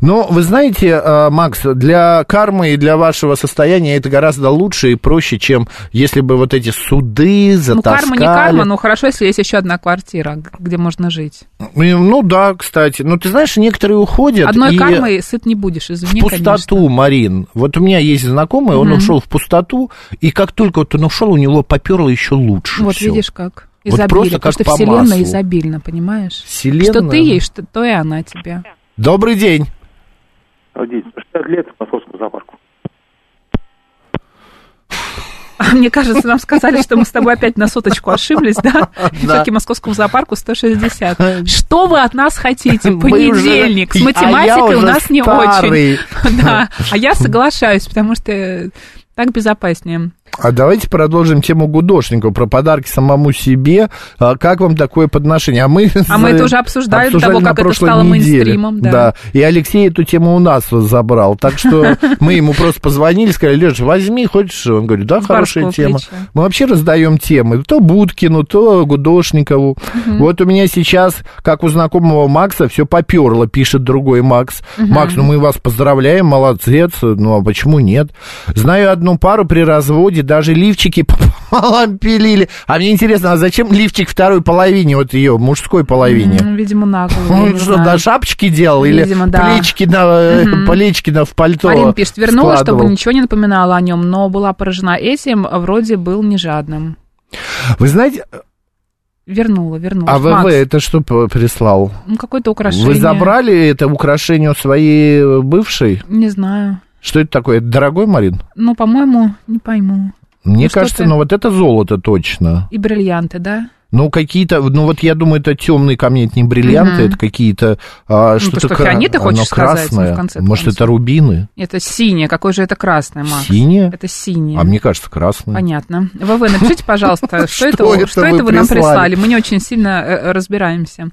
Speaker 4: Но вы знаете, э, Макс, для кармы и для вашего состояния это гораздо лучше и проще, чем если бы вот эти суды
Speaker 2: Ну,
Speaker 4: затаскали.
Speaker 2: карма не карма, но хорошо, если есть еще одна квартира, г- где можно жить.
Speaker 4: И, Ну да, кстати. Но ты знаешь, некоторые уходят
Speaker 2: Одной
Speaker 4: и
Speaker 2: кармой сыт не будешь,
Speaker 4: в
Speaker 2: извини,
Speaker 4: пустоту,
Speaker 2: конечно.
Speaker 4: Марин. Вот у меня есть знакомый, он ушел в пустоту, и как только вот он ушел, у него поперло еще лучше.
Speaker 2: Вот
Speaker 4: всё.
Speaker 2: видишь как.
Speaker 4: Вот
Speaker 2: Изобилие,
Speaker 4: просто
Speaker 2: потому
Speaker 4: как
Speaker 2: что
Speaker 4: по
Speaker 2: вселенная
Speaker 4: маслу.
Speaker 2: изобильна, понимаешь? Что
Speaker 4: Вселенная. ну.
Speaker 2: ты ей, что, то и она тебе.
Speaker 4: Добрый день.
Speaker 6: 60 лет московскому зоопарку.
Speaker 2: А Мне кажется, нам сказали, что мы с тобой опять на соточку ошиблись, да? Все-таки московскому зоопарку 160. Что вы от нас хотите? Типа,
Speaker 4: Мы
Speaker 2: Понедельник. С
Speaker 4: уже- а я
Speaker 2: математикой у
Speaker 4: уже
Speaker 2: нас не
Speaker 4: старый.
Speaker 2: очень. Да, а я соглашаюсь, потому что так безопаснее.
Speaker 4: А давайте продолжим тему гудошников про подарки самому себе. А как вам такое подношение? А мы,
Speaker 2: А мы это уже обсуждали до того,
Speaker 4: на
Speaker 2: как это
Speaker 4: прошлой
Speaker 2: стало
Speaker 4: неделе.
Speaker 2: мейнстримом, да.
Speaker 4: И Алексей эту тему у нас забрал. Так что мы ему просто позвонили, сказали, Леша, возьми, хочешь? Он говорит, да,
Speaker 2: В
Speaker 4: хорошая
Speaker 2: барскую
Speaker 4: тема.
Speaker 2: плечо.
Speaker 4: Мы вообще раздаем темы. То Будкину, то Гудошникову. Вот у меня сейчас, как у знакомого Макса, все поперло, пишет другой Макс. Макс, ну мы вас поздравляем, молодец. Ну а почему нет? Знаю одну пару при разводе, даже лифчики пополам пилили. А мне интересно, а зачем лифчик второй половине, вот ее, мужской половине?
Speaker 2: М, Видимо, нагло. я
Speaker 4: Он
Speaker 2: не
Speaker 4: что,
Speaker 2: знаю.
Speaker 4: до шапочки делал или
Speaker 2: Видимо, да.
Speaker 4: плечики, на, э, плечики на в пальто
Speaker 2: Марина пишет, вернула, чтобы
Speaker 4: складывал?
Speaker 2: ничего не напоминала о нем, но была поражена этим, а вроде был не жадным.
Speaker 4: Вы знаете,
Speaker 2: Вернула, вернула.
Speaker 4: а ВВ
Speaker 2: Макс,
Speaker 4: это что п- прислал?
Speaker 2: ну, какое-то украшение.
Speaker 4: Вы забрали это украшение у своей э, бывшей?
Speaker 2: Не знаю.
Speaker 4: Что это такое? Это дорогой, Марин?
Speaker 2: Ну, по-моему, не пойму.
Speaker 4: Мне
Speaker 2: Ну, что
Speaker 4: кажется,
Speaker 2: ты?
Speaker 4: ну вот это золото точно.
Speaker 2: И бриллианты, да?
Speaker 4: Ну, какие-то, ну вот я думаю, это темные камни, это не бриллианты, это какие-то а, что-то
Speaker 2: Ну, что,
Speaker 4: кра-
Speaker 2: фианиты
Speaker 4: оно
Speaker 2: хочешь сказать, ну, в
Speaker 4: красное.
Speaker 2: конце
Speaker 4: Может,
Speaker 2: концов.
Speaker 4: это рубины?
Speaker 2: Это синее. Какое же это красное, Макс?
Speaker 4: Синие?
Speaker 2: Это синее.
Speaker 4: А мне кажется, красные.
Speaker 2: Понятно. ВВ, напишите, пожалуйста, что это
Speaker 4: Что это
Speaker 2: у- что это
Speaker 4: вы
Speaker 2: вы нам
Speaker 4: прислали?
Speaker 2: прислали. Мы не очень сильно э, разбираемся.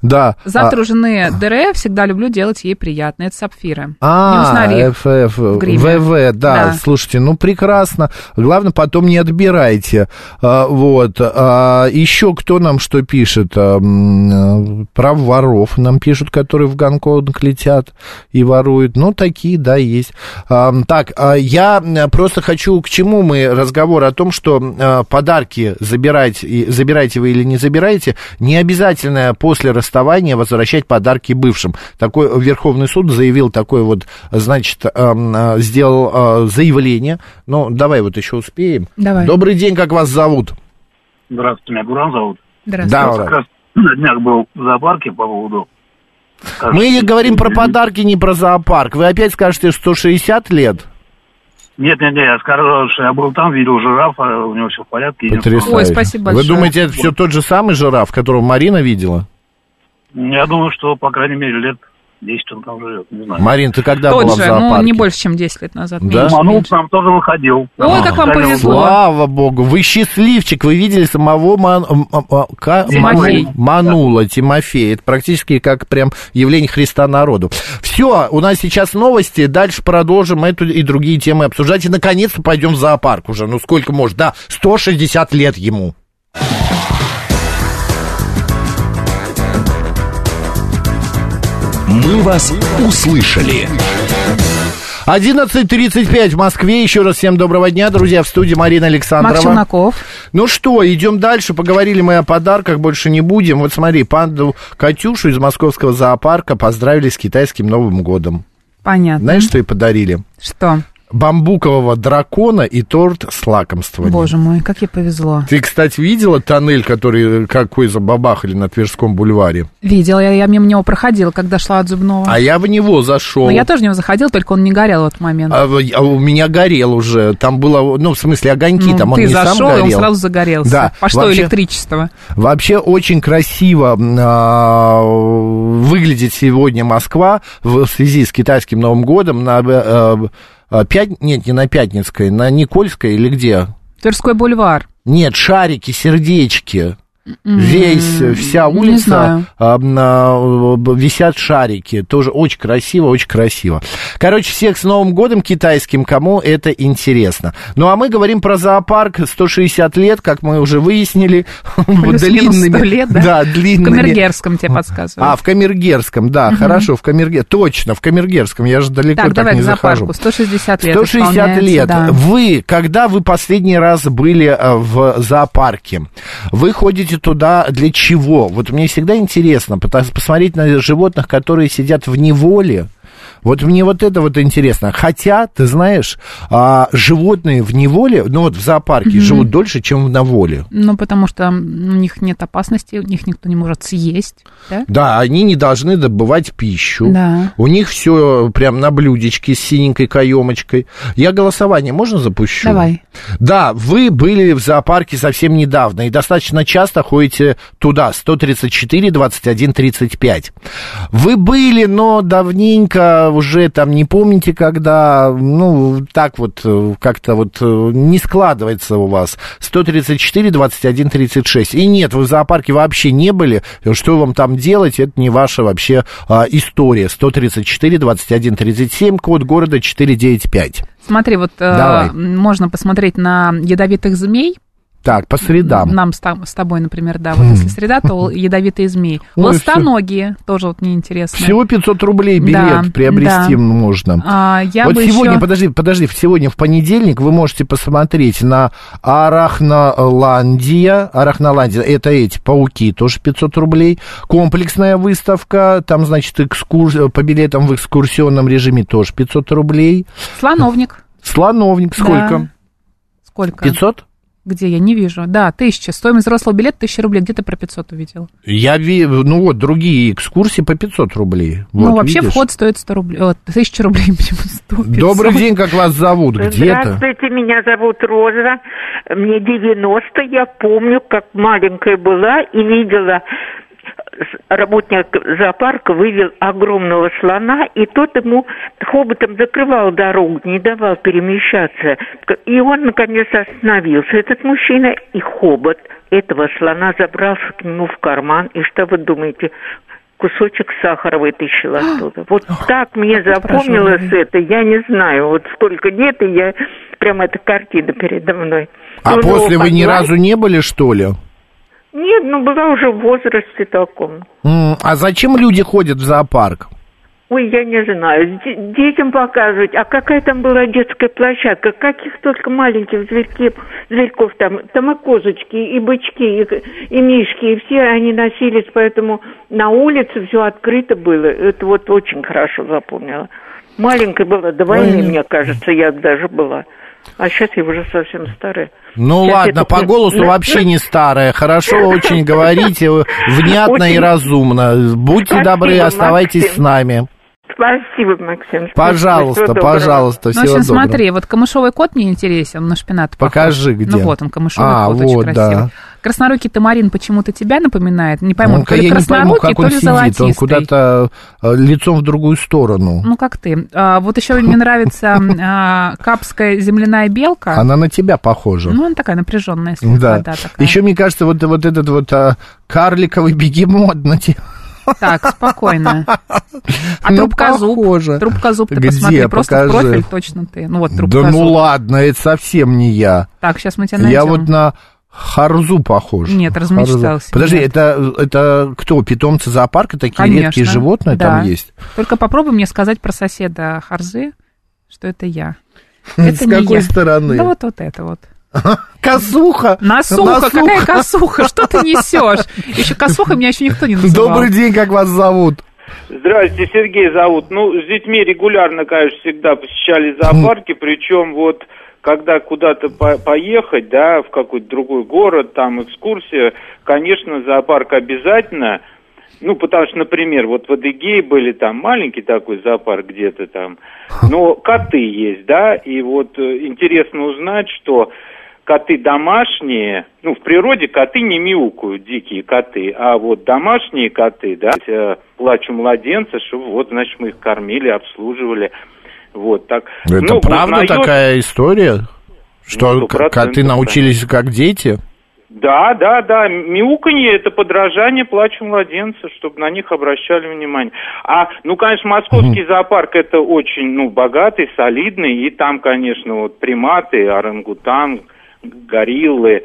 Speaker 4: Да. а
Speaker 2: Завтра у жены ДР всегда люблю делать ей приятно. Это сапфиры. Не
Speaker 4: А,
Speaker 2: узнали их.
Speaker 4: ФФ,
Speaker 2: гриме.
Speaker 4: ВВ, да,
Speaker 2: Да.
Speaker 4: слушайте, ну прекрасно. Главное, потом не отбирайте. А, вот. А, еще кто нам что пишет? А, м, а, про воров нам пишут, которые в Гонконг летят и воруют. Ну, такие, да, есть. А, м, так, а, я м, просто хочу, к чему мы разговор о том, что м, а, подарки забирать, и- забираете вы или не забираете, не обязательно после расставания возвращать подарки бывшим. Такой Верховный суд заявил такой вот, значит, эм, а, сделал а, заявление. Ну, давай вот еще успеем.
Speaker 2: Давай.
Speaker 4: Добрый день, как вас зовут?
Speaker 5: Здравствуйте, меня Гуран зовут.
Speaker 4: Да,
Speaker 2: Здравствуйте.
Speaker 4: Ура.
Speaker 5: раз на днях был в зоопарке по поводу...
Speaker 4: Мы говорим про
Speaker 5: подарки.
Speaker 4: подарки, не про зоопарк. Вы опять скажете, что 60 лет?
Speaker 5: Нет, нет, нет, я сказал, что я был там, видел жирафа, у него все в порядке. идем.
Speaker 4: Потрясающе.
Speaker 2: Ой, спасибо большое.
Speaker 4: Вы думаете, это все тот же самый жираф, которого Марина видела?
Speaker 5: Я думаю, что, по крайней мере, лет 10 он там живет, не знаю.
Speaker 4: Марин, ты когда была
Speaker 2: Тот
Speaker 4: в
Speaker 2: же,
Speaker 4: зоопарке?
Speaker 2: ну, не больше, чем 10 лет назад.
Speaker 4: Да?
Speaker 2: меньше,
Speaker 5: Манул
Speaker 2: меньше.
Speaker 5: к нам А ну, тоже выходил.
Speaker 2: Ой, как вам
Speaker 5: Сказал,
Speaker 2: повезло.
Speaker 4: Слава богу, вы счастливчик, вы видели самого Ман- М- М- М- Ка-
Speaker 2: Тимофей.
Speaker 4: Ману- Манула, Тимофея. Это практически как прям явление Христа народу. Все, у нас сейчас новости, дальше продолжим эту и другие темы обсуждать. И, наконец-то, пойдем в зоопарк уже. Ну, сколько может? Да, 160 лет ему.
Speaker 3: «Мы вас услышали».
Speaker 4: 11.35 в Москве. Еще раз всем доброго дня, друзья. В студии Марина Александрова.
Speaker 2: Макс Челноков.
Speaker 4: Ну что, идем дальше. Поговорили мы о подарках, больше не будем. Вот смотри, панду Катюшу из московского зоопарка поздравили с китайским Новым годом.
Speaker 2: Понятно.
Speaker 4: Знаешь, что ей подарили?
Speaker 2: Что?
Speaker 4: Бамбукового дракона и торт с лакомством.
Speaker 2: Боже мой, как ей повезло.
Speaker 4: Ты, кстати, видела тоннель, который какой забабахали на Тверском бульваре?
Speaker 2: Видела, я, я мимо него проходила, когда шла от зубного.
Speaker 4: А я в него зашел.
Speaker 2: Но Ну, я тоже в него заходила, только он не горел в этот момент.
Speaker 4: А, в- а у меня горел уже. Там было, ну, в смысле, огоньки,
Speaker 2: Ну,
Speaker 4: там он
Speaker 2: ты
Speaker 4: не
Speaker 2: зашел,
Speaker 4: сам горел.
Speaker 2: и он сразу загорелся. А
Speaker 4: Да,
Speaker 2: Пошло
Speaker 4: вообще-
Speaker 2: электричество.
Speaker 4: Вообще очень красиво а, выглядит сегодня Москва в связи с китайским Новым годом на э, э, пят- нет, не на Пятницкой, на Никольской или где?
Speaker 2: Тверской бульвар.
Speaker 4: Нет, шарики, сердечки. Весь, э, вся
Speaker 2: М-м, не
Speaker 4: улица
Speaker 2: знаю.
Speaker 4: а, на- б- висят шарики. Тоже очень красиво, очень красиво. Короче, всех с Новым годом китайским, кому это интересно. Ну, а мы говорим про зоопарк 160 лет, как мы уже выяснили.
Speaker 2: Плюс-минус 100
Speaker 4: длинными-
Speaker 2: лет, да?
Speaker 4: Да, длинными.
Speaker 2: В Камергерском тебе подсказывают.
Speaker 4: А, в Камергерском, да, хорошо, в Камергерском. Точно, в Камергерском, я же далеко
Speaker 2: так,
Speaker 4: так,
Speaker 2: давай
Speaker 4: не
Speaker 2: к
Speaker 4: захожу.
Speaker 2: зоопарку. 160 лет
Speaker 4: 160
Speaker 2: исполняется,
Speaker 4: лет.
Speaker 2: да.
Speaker 4: Вы, когда вы последний раз были э, в зоопарке, вы ходите туда для чего? Вот мне всегда интересно пото- посмотреть на животных, которые сидят в неволе. Вот мне вот это вот интересно. Хотя, ты знаешь, а, животные в неволе, ну вот в зоопарке живут дольше, чем в наволе.
Speaker 2: Ну, потому что м, у них нет опасности, у них никто не может съесть, да?
Speaker 4: Да, они не должны добывать пищу.
Speaker 2: Да.
Speaker 4: У них все прям на блюдечке с синенькой каемочкой. Я голосование можно запущу?
Speaker 2: Давай.
Speaker 4: Да, вы были в зоопарке совсем недавно и достаточно часто ходите туда, 134, 21, 35. Вы были, но давненько уже там не помните, когда, ну, так вот э, как-то вот э, не складывается у вас. 134, 21, 36. И нет, вы в зоопарке вообще не были. Что вам там делать, это не ваша вообще а, история. 134, 21, 37, код города 495.
Speaker 2: Смотри, вот э,
Speaker 4: Давай.
Speaker 2: м, можно посмотреть на ядовитых змей.
Speaker 4: Так, по средам.
Speaker 2: Нам с, там- с тобой, например, да, вот
Speaker 4: Хм.
Speaker 2: если среда, то ядовитые змеи.
Speaker 4: Ой,
Speaker 2: Ластоногие, тоже вот мне интересно.
Speaker 4: Всего 500 рублей билет
Speaker 2: Да,
Speaker 4: приобрести
Speaker 2: да.
Speaker 4: можно.
Speaker 2: А, я
Speaker 4: вот
Speaker 2: бы
Speaker 4: сегодня,
Speaker 2: еще-
Speaker 4: подожди, подожди, сегодня в понедельник вы можете посмотреть на Арахноландия. Арахноландия, это эти пауки, тоже 500 рублей. Комплексная выставка, там, значит, экскурс... по билетам в экскурсионном режиме тоже 500 рублей.
Speaker 2: Слоновник.
Speaker 4: Слоновник
Speaker 2: Да.
Speaker 4: сколько?
Speaker 2: Сколько?
Speaker 4: 500?
Speaker 2: Где? Я не вижу. Да, тысяча. Стоимость взрослого билета тысяча рублей. Где ты про 500 увидел?
Speaker 4: Я ви... ну вот, другие экскурсии по 500 рублей. Вот,
Speaker 2: ну, вообще
Speaker 4: видишь?
Speaker 2: вход стоит 100 рублей. О, 1000 рублей. почему 100, 500?
Speaker 4: Добрый день, как вас зовут? Где то
Speaker 7: Здравствуйте, меня зовут Роза. Мне 90. Я помню, как маленькая была и видела с- работник зоопарка вывел огромного слона, и тот ему хоботом закрывал дорогу, не давал перемещаться. И он, наконец, остановился, этот мужчина, и хобот этого слона забрался к нему в карман. И что вы думаете? кусочек сахара вытащила оттуда. Вот так мне запомнилось это, я не знаю, вот сколько лет, и я прям эта картина передо мной. Ну,
Speaker 4: А
Speaker 7: Он его
Speaker 4: после вы ни
Speaker 7: погладил.
Speaker 4: разу не были, что ли?
Speaker 7: Нет, ну была уже в возрасте таком.
Speaker 4: М, А зачем люди ходят в зоопарк?
Speaker 7: Ой, я не знаю, Де- детям показывать, а какая там была детская площадка, каких только маленьких зверьков, зверьков там, там и козочки, и бычки, и, к- и мишки, и все они носились, поэтому на улице все открыто было, это вот очень хорошо запомнила. Маленькая была, до войны, мне кажется, я даже была. А сейчас я уже совсем старая.
Speaker 4: Ну
Speaker 7: Сейчас
Speaker 4: ладно,
Speaker 7: я
Speaker 4: по
Speaker 7: только-
Speaker 4: голосу вообще не старая. Хорошо очень говорите, внятно и
Speaker 7: Очень.
Speaker 4: разумно. Будьте
Speaker 7: Спасибо,
Speaker 4: добры, оставайтесь с
Speaker 7: Максим.
Speaker 4: нами.
Speaker 7: Спасибо, Максим. спасибо, всего
Speaker 4: Пожалуйста,
Speaker 7: доброго.
Speaker 4: пожалуйста,
Speaker 2: Ну, в
Speaker 4: всего
Speaker 2: общем,
Speaker 4: доброго.
Speaker 2: смотри, вот камышовый кот мне интересен, на шпинат. похож.
Speaker 4: Покажи, где.
Speaker 2: Ну, вот он, камышовый
Speaker 4: А,
Speaker 2: кот,
Speaker 4: вот,
Speaker 2: очень красивый.
Speaker 4: да.
Speaker 2: Краснорукий тамарин почему-то тебя напоминает, не пойму,
Speaker 4: Ну-ка,
Speaker 2: то ли
Speaker 4: Ну, я не пойму,
Speaker 2: краснорукий,
Speaker 4: как
Speaker 2: то
Speaker 4: он
Speaker 2: ли
Speaker 4: сидит.
Speaker 2: золотистый.
Speaker 4: Он куда-то э, лицом в другую сторону.
Speaker 2: Ну, как ты. А, вот еще мне нравится а, капская земляная белка.
Speaker 4: Она на тебя похожа.
Speaker 2: Ну, она такая напряженная,
Speaker 4: да.
Speaker 2: такая.
Speaker 4: Еще, мне кажется, вот, вот этот вот а, карликовый бегемот на тебя.
Speaker 2: Так, спокойно. А
Speaker 4: Ну,
Speaker 2: трубкозуб?
Speaker 4: похоже.
Speaker 2: Трубкозуб ты
Speaker 4: Где?
Speaker 2: посмотри, просто в
Speaker 4: Покажи.
Speaker 2: профиль точно ты. Ну, вот
Speaker 4: Да ну
Speaker 2: трубкозуб.
Speaker 4: ладно, это совсем не я.
Speaker 2: Так, сейчас мы тебя найдем.
Speaker 4: Я вот на Харзу похож.
Speaker 2: Нет,
Speaker 4: Харзу.
Speaker 2: размечтался.
Speaker 4: Подожди,
Speaker 2: Нет.
Speaker 4: это, это кто, питомцы зоопарка? Такие
Speaker 2: Конечно,
Speaker 4: редкие животные там
Speaker 2: да.
Speaker 4: есть?
Speaker 2: Только попробуй мне сказать про соседа Харзы, что это я. Это
Speaker 4: С
Speaker 2: не
Speaker 4: какой
Speaker 2: я.
Speaker 4: стороны?
Speaker 2: Да вот, вот это вот.
Speaker 4: Косуха!
Speaker 2: Насуха,
Speaker 4: Насуха.
Speaker 2: какая косуха, что ты несешь? Еще косуха меня еще никто не называл.
Speaker 4: Добрый день, как вас зовут?
Speaker 8: Здравствуйте, Сергей зовут. Ну, с детьми регулярно, конечно, всегда посещали зоопарки, причем вот когда куда-то по- поехать, да, в какой-то другой город, там экскурсия, конечно, зоопарк обязательно. Ну, потому что, например, вот в Адыгее были там маленький такой зоопарк где-то там, но коты есть, да, и вот э, интересно узнать, что коты домашние, ну, в природе коты не мяукают, дикие коты, а вот домашние коты, да, э, плач у младенца, что вот, значит, мы их кормили, обслуживали, вот так.
Speaker 4: Это
Speaker 8: Ну,
Speaker 4: правда
Speaker 8: узнаёшь-
Speaker 4: такая история? Что
Speaker 8: Ну, сто
Speaker 4: к- коты
Speaker 8: процентов,
Speaker 4: научились как дети?
Speaker 8: Да, да, да. Мяуканье – это подражание плачу младенца, чтобы на них обращали внимание. А, ну, конечно, московский зоопарк – это очень, ну, богатый, солидный, и там, конечно, вот приматы, орангутан, гориллы.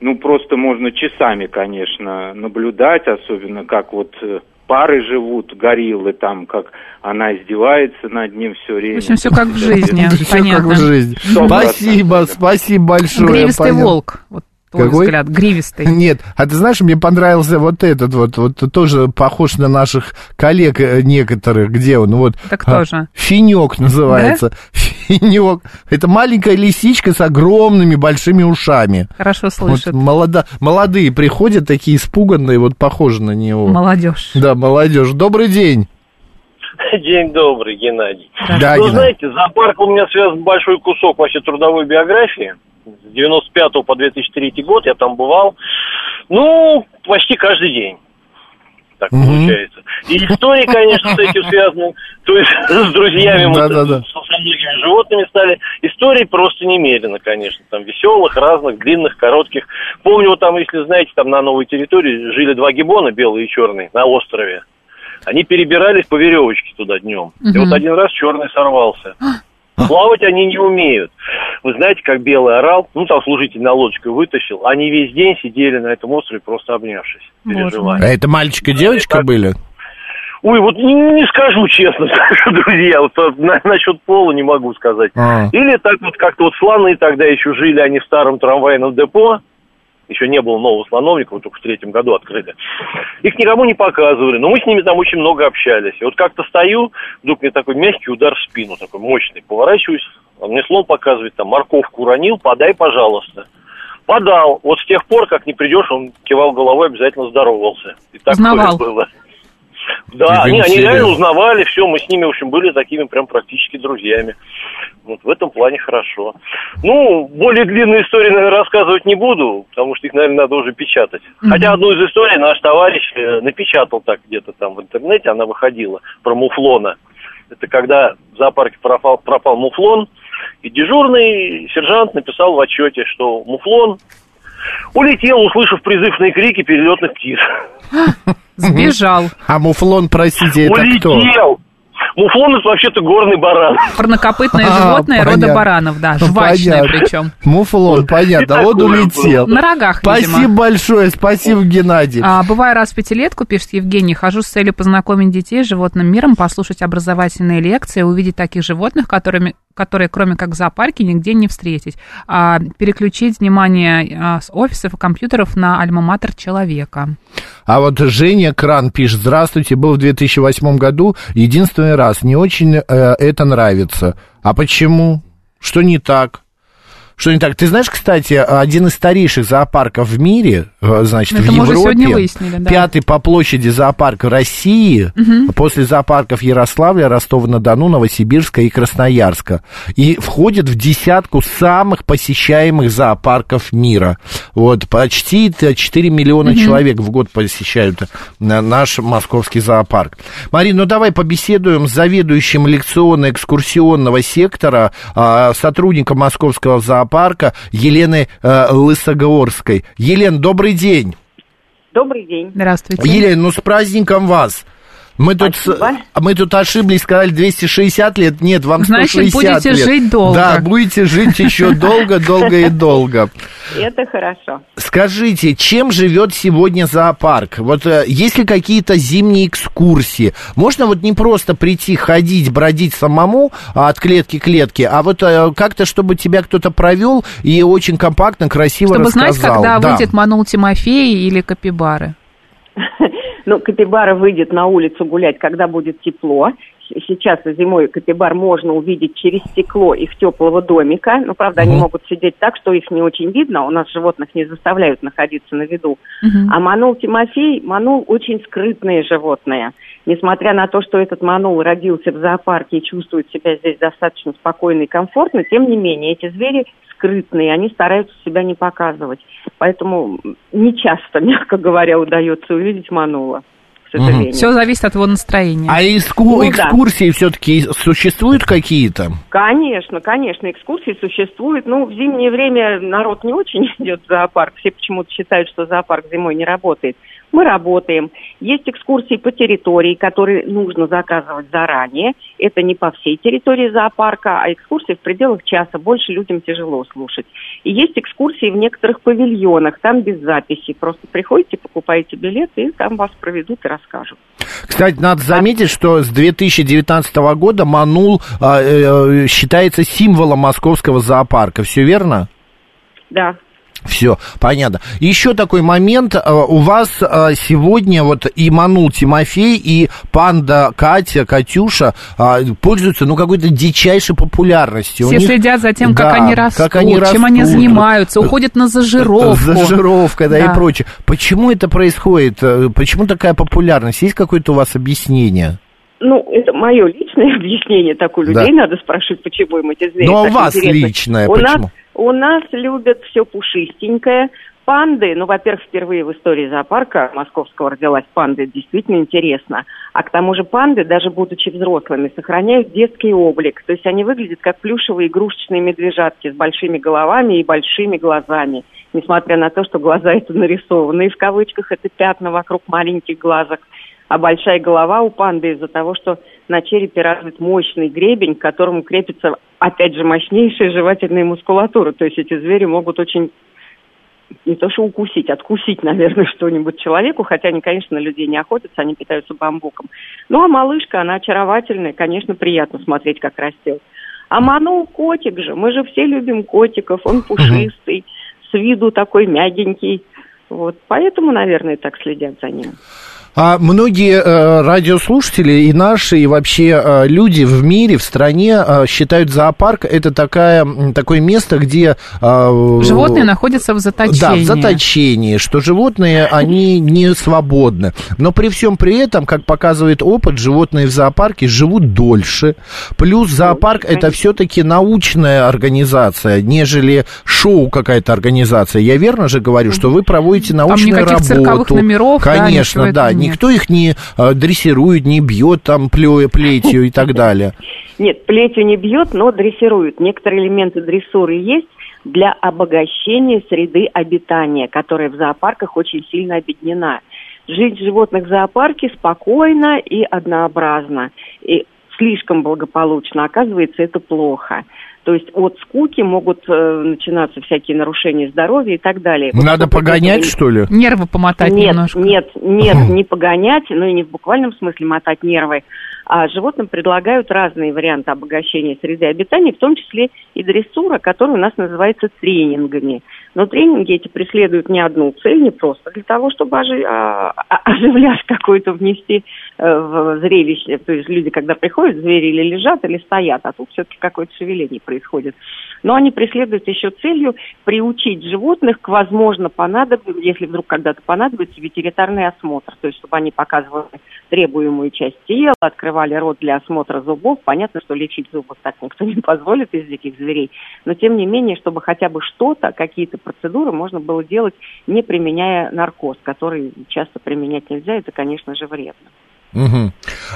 Speaker 8: Ну, просто можно часами, конечно, наблюдать, особенно как вот э, пары живут, гориллы там, как она издевается над ним все время.
Speaker 2: В общем, все как в жизни,
Speaker 4: Всё как
Speaker 2: понятно.
Speaker 4: в жизни.
Speaker 8: Сто
Speaker 4: Спасибо, спасибо большое.
Speaker 2: Гривистый
Speaker 4: понятно.
Speaker 2: волк, вот твой
Speaker 4: Какой?
Speaker 2: взгляд, гривистый.
Speaker 4: Нет, а ты знаешь, мне понравился вот этот вот, вот тоже похож на наших коллег э, некоторых, где он, вот.
Speaker 2: Это кто же?
Speaker 4: Финек называется. Финек. Это маленькая лисичка с огромными большими ушами.
Speaker 2: Хорошо
Speaker 4: Вот
Speaker 2: слышит.
Speaker 4: молода- молодые приходят, такие испуганные, вот похожи на него.
Speaker 2: Молодежь.
Speaker 4: Да, молодежь. Добрый день.
Speaker 9: День добрый, Геннадий.
Speaker 4: Да,
Speaker 9: ну,
Speaker 4: Геннадий.
Speaker 9: знаете, зоопарк у меня связан большой кусок вообще трудовой биографии. С 95 по 2003 год я там бывал. Ну, почти каждый день. Так
Speaker 7: Мгм.
Speaker 9: получается. И истории, конечно, с этим связаны. То есть с друзьями мы
Speaker 7: Да-да-да.
Speaker 9: со со многими животными стали. Историй просто немерено, конечно. Там веселых, разных, длинных, коротких. Помню, вот там, если знаете, там на новой территории жили два гибона, белый и черный, на острове. Они перебирались по веревочке туда днем. И
Speaker 7: Мгм.
Speaker 9: вот один раз черный сорвался. Плавать они не умеют. Вы знаете, как белый орал, ну там служитель на лодочку вытащил, они весь день сидели на этом острове, просто обнявшись,
Speaker 4: А
Speaker 9: переживая.
Speaker 4: это мальчик и девочка были?
Speaker 9: Ой, вот не, не скажу честно, друзья, вот тут на- насчет пола не могу сказать.
Speaker 4: А.
Speaker 9: Или так вот как-то вот слоны тогда еще жили, они в старом трамвайном депо, еще не было нового слоновника, вот только в третьем году открыли. Их никому не показывали, но мы с ними там очень много общались. И вот как-то стою, вдруг мне такой мягкий удар в спину, такой мощный, поворачиваюсь, а мне слон показывает, там, морковку уронил, подай, пожалуйста. Подал. Вот с тех пор, как не придешь, он кивал головой, обязательно здоровался. И так
Speaker 2: Узнавал.
Speaker 9: было. Да,
Speaker 7: Это
Speaker 9: они, они
Speaker 7: интересно.
Speaker 9: реально узнавали все, мы с ними, в общем, были такими прям практически друзьями. Вот в этом плане хорошо. Ну, более длинные истории, наверное, рассказывать не буду, потому что их, наверное, надо уже печатать. Хотя одну из историй наш товарищ э, напечатал так где-то там в интернете, она выходила, про муфлона. Это когда в зоопарке пропал, пропал муфлон, и дежурный сержант написал в отчете, что муфлон улетел, услышав призывные крики перелетных птиц.
Speaker 2: Сбежал.
Speaker 4: А муфлон, простите, это кто?
Speaker 9: Улетел! Муфлон это вообще-то горный баран.
Speaker 2: Парнокопытное
Speaker 4: А,
Speaker 2: животное рода
Speaker 4: понятно.
Speaker 2: баранов, да,
Speaker 4: Ну,
Speaker 2: жвачное
Speaker 4: понятно.
Speaker 2: причем.
Speaker 4: Муфлон, понятно, он
Speaker 2: такое
Speaker 4: улетел.
Speaker 2: было. На рогах,
Speaker 4: Спасибо
Speaker 2: видимо.
Speaker 4: большое, спасибо, Геннадий.
Speaker 2: А, бываю раз в пятилетку, пишет Евгений, хожу с целью познакомить детей с животным миром, послушать образовательные лекции, увидеть таких животных, которыми, которые, кроме как в зоопарке, нигде не встретить. А, переключить внимание а, с офисов и компьютеров на альма-матер человека.
Speaker 4: А вот Женя Кран пишет, здравствуйте, был в 2008 году, единственный раз, не очень э, это нравится. А почему? Что не так? Что не так? Ты знаешь, кстати, один из старейших зоопарков в мире, э, значит,
Speaker 2: Это
Speaker 4: в
Speaker 2: мы уже
Speaker 4: Европе,
Speaker 2: сегодня выяснили, да.
Speaker 4: пятый по площади зоопарк России,
Speaker 2: Мгм.
Speaker 4: после зоопарков Ярославля, Ростова-на-Дону, Новосибирска и Красноярска. И входит в десятку самых посещаемых зоопарков мира. Вот, почти т- 4 миллиона
Speaker 10: Мгм.
Speaker 4: человек в год посещают э, наш московский зоопарк. Марин, ну давай побеседуем с заведующим лекционно-экскурсионного сектора, а, сотрудником московского зоопарка Еленой э, Лысогорской. Елен, добрый день.
Speaker 11: Добрый день.
Speaker 2: Здравствуйте.
Speaker 4: Елена, ну с праздником вас. Мы тут, с- мы тут ошиблись, сказали 260 лет. Нет, вам
Speaker 2: Значит,
Speaker 4: 160 лет.
Speaker 2: будете жить долго.
Speaker 4: Да, будете жить еще долго, долго и долго.
Speaker 7: Это хорошо.
Speaker 4: Скажите, чем живет сегодня зоопарк? Вот э, есть ли какие-то зимние экскурсии? Можно вот не просто прийти, ходить, бродить самому а, от клетки к клетке, а вот э, как-то, чтобы тебя кто-то провел и очень компактно, красиво
Speaker 2: Чтобы
Speaker 4: рассказал.
Speaker 2: знать, когда
Speaker 4: Да.
Speaker 2: выйдет Манул Тимофей или Капибары.
Speaker 7: Ну, капибара выйдет на улицу гулять, когда будет тепло. С- Сейчас зимой капибар можно увидеть через стекло их теплого домика. Ну, правда, они
Speaker 10: Мгм.
Speaker 7: могут сидеть так, что их не очень видно. У нас животных не заставляют находиться на виду.
Speaker 10: Мгм.
Speaker 7: А манул Тимофей, манул очень скрытные животные. Несмотря на то, что этот манул родился в зоопарке и чувствует себя здесь достаточно спокойно и комфортно, тем не менее эти звери скрытные, они стараются себя не показывать. Поэтому м, не часто, мягко говоря, удается увидеть манула, к сожалению.
Speaker 2: Все зависит от его настроения.
Speaker 4: А иску-
Speaker 7: Ну да.
Speaker 4: экскурсии все-таки существуют какие-то?
Speaker 7: Конечно, конечно, экскурсии существуют. Ну, в зимнее время народ не очень идет в зоопарк. Все почему-то считают, что зоопарк зимой не работает. Мы работаем. Есть экскурсии по территории, которые нужно заказывать заранее. Это не по всей территории зоопарка, а экскурсии в пределах часа. Больше людям тяжело слушать. И есть экскурсии в некоторых павильонах. Там без записи. Просто приходите, покупаете билет, и там вас проведут и расскажут.
Speaker 4: Кстати, надо заметить, что с 2019 года Манул а, э, считается символом московского зоопарка. Все верно?
Speaker 7: Да,
Speaker 4: Все, понятно. Еще такой момент. э, У вас э, сегодня вот и Манул Тимофей, и панда Катя, Катюша э, пользуются, ну, какой-то дичайшей популярностью. У
Speaker 2: Все
Speaker 4: них-
Speaker 2: следят за тем, как
Speaker 4: Да,
Speaker 2: они растут,
Speaker 4: как они
Speaker 2: чем они
Speaker 4: растут.
Speaker 2: занимаются, уходят на зажировку.
Speaker 4: Зажировка, да,
Speaker 2: Да.
Speaker 4: и прочее. Почему это происходит? Э, Почему такая популярность? Есть какое-то у вас объяснение?
Speaker 7: Ну, это мое личное объяснение, так у людей
Speaker 4: Да.
Speaker 7: надо спрашивать, почему им эти звери
Speaker 4: Ну, а
Speaker 7: так
Speaker 4: у вас
Speaker 7: интересны.
Speaker 4: личное
Speaker 7: у
Speaker 4: почему?
Speaker 7: Нас, у нас любят все пушистенькое. Панды, ну, во-первых, впервые в истории зоопарка московского родилась панда, это действительно интересно. А к тому же панды, даже будучи взрослыми, сохраняют детский облик. То есть они выглядят как плюшевые игрушечные медвежатки с большими головами и большими глазами. Несмотря на то, что глаза это нарисованные в кавычках, это пятна вокруг маленьких глазок. А большая голова у панды из-за того, что на черепе развит мощный гребень, к которому крепится, опять же, мощнейшая жевательная мускулатура. То есть эти звери могут очень не то что укусить, откусить, наверное, что-нибудь человеку, хотя они, конечно, на людей не охотятся, они питаются бамбуком. Ну, а малышка, она очаровательная, конечно, приятно смотреть, как растет. А Ману котик же, мы же все любим котиков, он пушистый, с виду такой мягенький. Вот, поэтому, наверное, так следят за ним.
Speaker 4: А многие э, радиослушатели и наши, и вообще э, люди в мире, в стране э, считают зоопарк это такая, м, такое место, где... э,
Speaker 2: Животные находятся в заточении.
Speaker 4: Да, в заточении, что животные, они не свободны. Но при всем при этом, как показывает опыт, животные в зоопарке живут дольше.
Speaker 2: Ну,
Speaker 4: Плюс зоопарк это все-таки научная организация, нежели шоу какая-то организация. Я верно же говорю, что вы проводите научную
Speaker 2: никаких
Speaker 4: работу.
Speaker 2: цирковых номеров, да,
Speaker 4: Конечно,
Speaker 2: ничего
Speaker 4: да.
Speaker 2: этого нет.
Speaker 4: Никто их не э, дрессирует, не бьет там плё- плетью и так далее.
Speaker 7: Нет, плетью не бьет, но дрессирует. Некоторые элементы дрессуры есть для обогащения среды обитания, которая в зоопарках очень сильно обеднена. Жизнь животных в зоопарке спокойна и однообразна. И слишком благополучно. Оказывается, это плохо. То есть от скуки могут э, начинаться всякие нарушения здоровья и так далее. Вот
Speaker 4: Надо
Speaker 7: чтобы
Speaker 4: погонять,
Speaker 7: этого не-
Speaker 4: что ли?
Speaker 2: Нервы помотать
Speaker 7: нет,
Speaker 2: немножко.
Speaker 7: Нет, нет, не погонять, но и не в буквальном смысле мотать нервы. А животным предлагают разные варианты обогащения среды обитания, в том числе и дрессура, которая у нас называется тренингами. Но тренинги эти преследуют не одну цель, не просто для того, чтобы ожи- а, а- оживляшь какую-то внести э, в зрелище. То есть люди, когда приходят, звери или лежат, или стоят, а тут все-таки какое-то шевеление происходит. Но они преследуют еще целью приучить животных к, возможно, понадобится, если вдруг когда-то понадобится, ветеринарный осмотр. То есть, чтобы они показывали требуемую часть тела, открывали рот для осмотра зубов. Понятно, что лечить зубы так никто не позволит из диких зверей. Но, тем не менее, чтобы хотя бы что-то, какие-то процедуры можно было делать, не применяя наркоз, который часто применять нельзя. Это, конечно же, вредно.
Speaker 4: Мгм.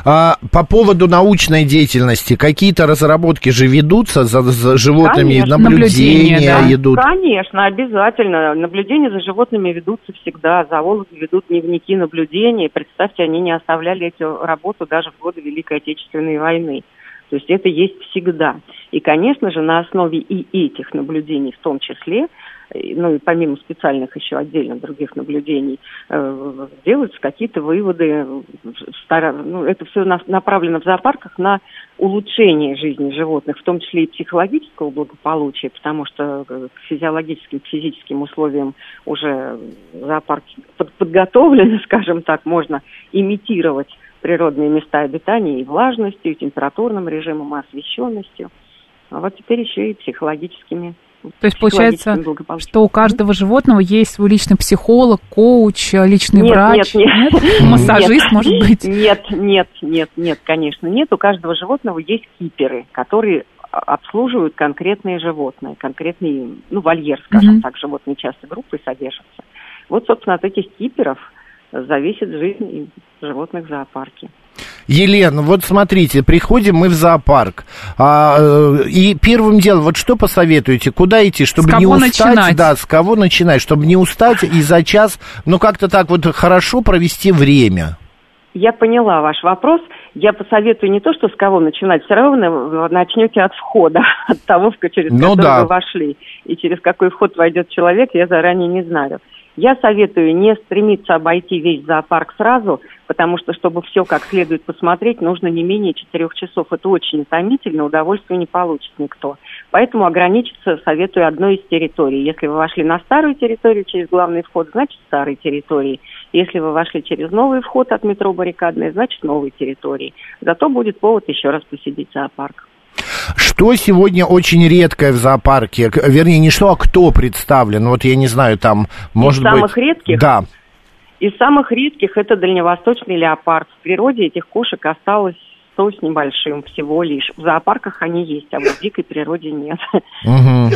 Speaker 4: А по поводу научной деятельности, какие-то разработки же ведутся за, за животными,
Speaker 7: Конечно.
Speaker 4: наблюдения
Speaker 7: да.
Speaker 4: идут.
Speaker 7: Конечно, обязательно. Наблюдения за животными ведутся всегда. Зоологи ведут дневники наблюдений. Представьте, они не оставляли эту работу даже в годы Великой Отечественной войны. То есть это есть всегда. И, конечно же, на основе и этих наблюдений в том числе, э, ну и помимо специальных еще отдельно других наблюдений, э, делаются какие-то выводы. э, стара- Ну, это все направлено в зоопарках на улучшение жизни животных, в том числе и психологического благополучия, потому что э, к физиологическим, к физическим условиям уже зоопарки под- подготовлены, скажем так, можно имитировать природные места обитания и влажностью, и температурным режимом, и освещенностью. А вот теперь еще и психологическими.
Speaker 2: То есть получается,
Speaker 7: психологическим благополучием.
Speaker 2: что у каждого животного есть свой личный психолог, коуч, э, личный
Speaker 7: Нет,
Speaker 2: врач,
Speaker 7: нет, нет.
Speaker 2: Нет? массажист,
Speaker 7: Нет.
Speaker 2: может быть.
Speaker 7: Нет, нет, нет, нет, конечно, нет. У каждого животного есть киперы, которые а, обслуживают конкретные животные, конкретные, ну, вольер, скажем
Speaker 2: Мгм.
Speaker 7: так, животные часто группой содержатся. Вот, собственно, от этих киперов зависит жизнь и животных в зоопарке.
Speaker 4: Елена, вот смотрите, приходим мы в зоопарк, а, э, и первым делом, вот что посоветуете, куда идти, чтобы
Speaker 2: С
Speaker 4: не
Speaker 2: кого
Speaker 4: устать,
Speaker 2: начинать?
Speaker 4: да, с кого начинать, чтобы не устать и за час, ну как-то так вот хорошо провести время.
Speaker 7: Я поняла ваш вопрос. Я посоветую не то, что с кого начинать, все равно начнете от входа, от того, в ко- через
Speaker 4: Ну
Speaker 7: который
Speaker 4: да.
Speaker 7: вы вошли. И через какой вход войдет человек, я заранее не знаю. Я советую не стремиться обойти весь зоопарк сразу, потому что, чтобы все как следует посмотреть, нужно не менее четырех часов. Это очень утомительно, удовольствия не получит никто. Поэтому ограничиться советую одной из территорий. Если вы вошли на старую территорию через главный вход, значит старой территории. Если вы вошли через новый вход от метро Баррикадной, значит новой территории. Зато будет повод еще раз посетить зоопарк.
Speaker 4: Что сегодня очень редкое в зоопарке, К- вернее, не что, а кто представлен, вот я не знаю, там, может быть...
Speaker 7: самых редких?
Speaker 4: Да.
Speaker 7: Из самых редких это дальневосточный леопард. В природе этих кошек осталось 100 с небольшим всего лишь. В зоопарках они есть, а вот в дикой природе нет.
Speaker 4: Мгм.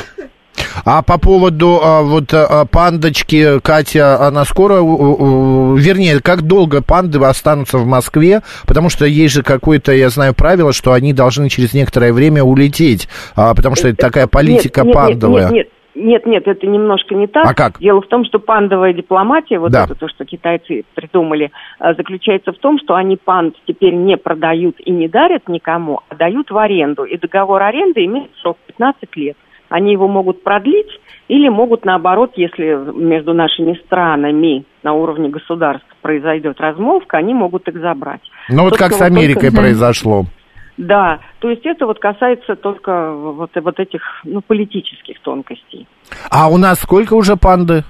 Speaker 4: А по поводу а, вот а, а, пандочки, Катя, она скоро, у- у- у- вернее, как долго панды останутся в Москве, потому что есть же какое-то, я знаю, правило, что они должны через некоторое время улететь, а, потому что это такая политика
Speaker 7: Э, Нет, нет, нет,
Speaker 4: пандовая.
Speaker 7: Нет, нет. Нет, нет, это немножко не так.
Speaker 4: А как?
Speaker 7: Дело в том, что пандовая дипломатия, вот
Speaker 4: Да.
Speaker 7: это то, что китайцы придумали, э, заключается в том, что они панд теперь не продают и не дарят никому, а дают в аренду. И договор аренды имеет срок 15 лет. Они его могут продлить или могут, наоборот, если между нашими странами на уровне государств произойдет размолвка, они могут их забрать.
Speaker 4: Ну вот как с
Speaker 7: Собственно, вот
Speaker 4: Америкой
Speaker 7: только-
Speaker 4: произошло.
Speaker 7: Да, то есть это вот касается только вот, вот этих ну, политических тонкостей.
Speaker 4: А у нас сколько уже панды?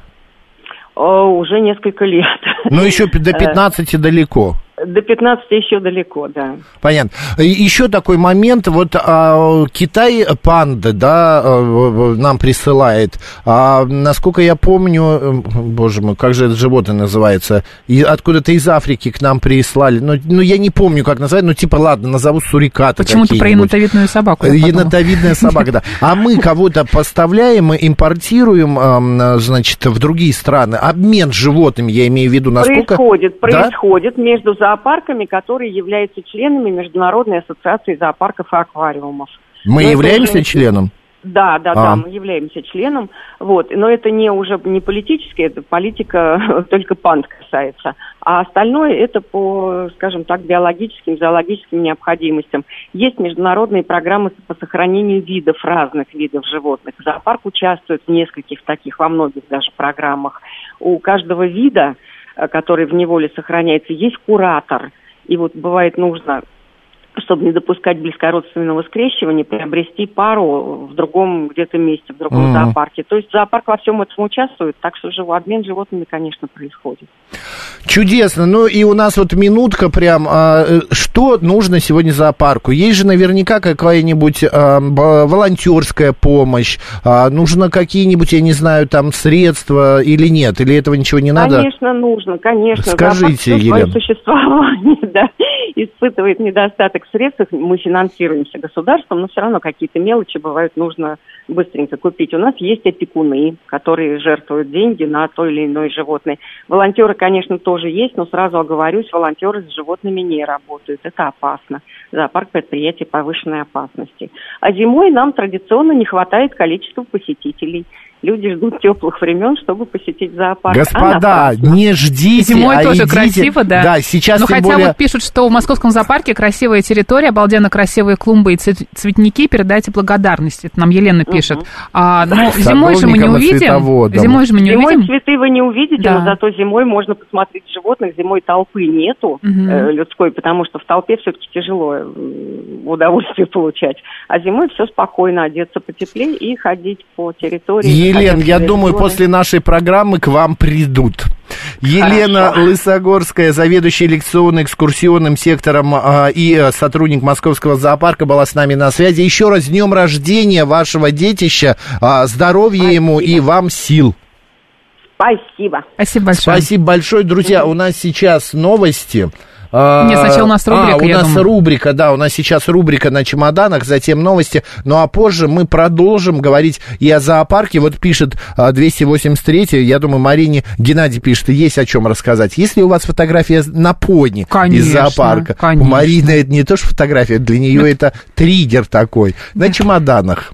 Speaker 7: О, уже несколько лет.
Speaker 4: Ну еще пи- до
Speaker 7: Э,
Speaker 4: 15 далеко.
Speaker 7: До 15 еще далеко, да.
Speaker 4: Понятно. И Еще такой момент, вот а, Китай панды, да, э, в- в- нам присылает. А, насколько я помню, э, боже мой, как же это животное называется? И откуда-то из Африки к нам прислали. Ну, ну, я не помню, как называют, ну типа, ладно, назову сурикаты
Speaker 2: Почему-то про
Speaker 4: какие-нибудь.
Speaker 2: енотовидную собаку. я подумала.
Speaker 4: Енотовидная собака, да. А мы кого-то поставляем и импортируем, эм, э, значит, в другие страны. Обмен животными, я имею в виду, насколько...
Speaker 7: Происходит,
Speaker 4: Да?
Speaker 7: происходит между зоопарками, которые являются членами Международной ассоциации зоопарков и аквариумов.
Speaker 4: Мы
Speaker 7: Но это
Speaker 4: являемся
Speaker 7: уже-
Speaker 4: членом?
Speaker 7: Да, да,
Speaker 4: А.
Speaker 7: да, мы являемся членом, вот, но это не уже не политическая, это политика только панд касается, а остальное это по, скажем так, биологическим, зоологическим необходимостям. Есть международные программы по сохранению видов, разных видов животных. Зоопарк участвует в нескольких таких, во многих даже программах. У каждого вида, э, который в неволе сохраняется, есть куратор, и вот бывает нужно чтобы не допускать близкородственного скрещивания, приобрести пару в другом где-то месте, в другом
Speaker 4: Мгм.
Speaker 7: зоопарке. То есть зоопарк во всем этом участвует, так что живо- обмен животными, конечно, происходит.
Speaker 4: Чудесно. Ну и у нас вот минутка прям. а, э, что нужно сегодня зоопарку? Есть же наверняка какая-нибудь а, б- волонтерская помощь. а, нужно какие-нибудь, я не знаю, там средства или нет? Или этого ничего не надо?
Speaker 7: Конечно, нужно, конечно.
Speaker 4: Скажите,
Speaker 7: зоопарк всё своё
Speaker 4: Елена.
Speaker 7: существование, да, испытывает недостаток средств, мы финансируемся государством, но все равно какие-то мелочи бывают нужно быстренько купить. У нас есть опекуны, которые жертвуют деньги на то или иное животное. Волонтеры, конечно, тоже есть, но сразу оговорюсь, волонтеры с животными не работают. Это опасно. Зоопарк предприятие повышенной опасности. А зимой нам традиционно не хватает количества посетителей. Люди ждут теплых времен, чтобы посетить зоопарк. А
Speaker 4: Господа,
Speaker 7: напрасно.
Speaker 4: не ждите,
Speaker 2: Зимой
Speaker 4: а
Speaker 2: тоже
Speaker 4: идите.
Speaker 2: красиво, да.
Speaker 4: Да, сейчас
Speaker 2: Но Ну,
Speaker 4: тем
Speaker 2: хотя
Speaker 4: более...
Speaker 2: вот пишут, что в московском зоопарке красивая территория, обалденно красивые клумбы и цвет- цветники, передайте благодарность. Это нам Елена пишет. А, ну, зимой же мы не
Speaker 4: Садовникам и
Speaker 2: увидим.
Speaker 4: цветоводам.
Speaker 2: Зимой же мы не
Speaker 7: зимой
Speaker 2: увидим.
Speaker 7: цветы вы не увидите,
Speaker 2: Да.
Speaker 7: но зато зимой можно посмотреть животных. Зимой толпы нету
Speaker 2: Мгм.
Speaker 7: э, людской, потому что в толпе все-таки тяжело м, удовольствие получать. А зимой все спокойно, одеться потеплее и ходить по территории.
Speaker 4: Елен,
Speaker 7: ходить
Speaker 4: я
Speaker 7: по
Speaker 4: думаю,
Speaker 7: регионам.
Speaker 4: после нашей программы к вам придут. Елена Лысогорская, заведующая лекционно-экскурсионным сектором а, и э, сотрудник Московского зоопарка, была с нами на связи. Еще раз с днем рождения вашего детища, А, здоровья ему и вам сил.
Speaker 7: Спасибо.
Speaker 2: Спасибо большое.
Speaker 4: Спасибо большое, друзья. У нас сейчас новости. А,
Speaker 2: Нет, сначала у нас рубрика,
Speaker 4: А, у
Speaker 2: я
Speaker 4: нас
Speaker 2: думаю.
Speaker 4: рубрика, да, у нас сейчас рубрика на чемоданах, затем новости. Ну а позже мы продолжим говорить и о зоопарке. Вот пишет а, 283, я думаю, Марине Геннадий пишет, есть о чем рассказать. Если у вас фотография на пони из
Speaker 2: Конечно,
Speaker 4: зоопарка, у
Speaker 2: конечно.
Speaker 4: Марины это не то, что фотография, для нее это триггер такой. На чемоданах.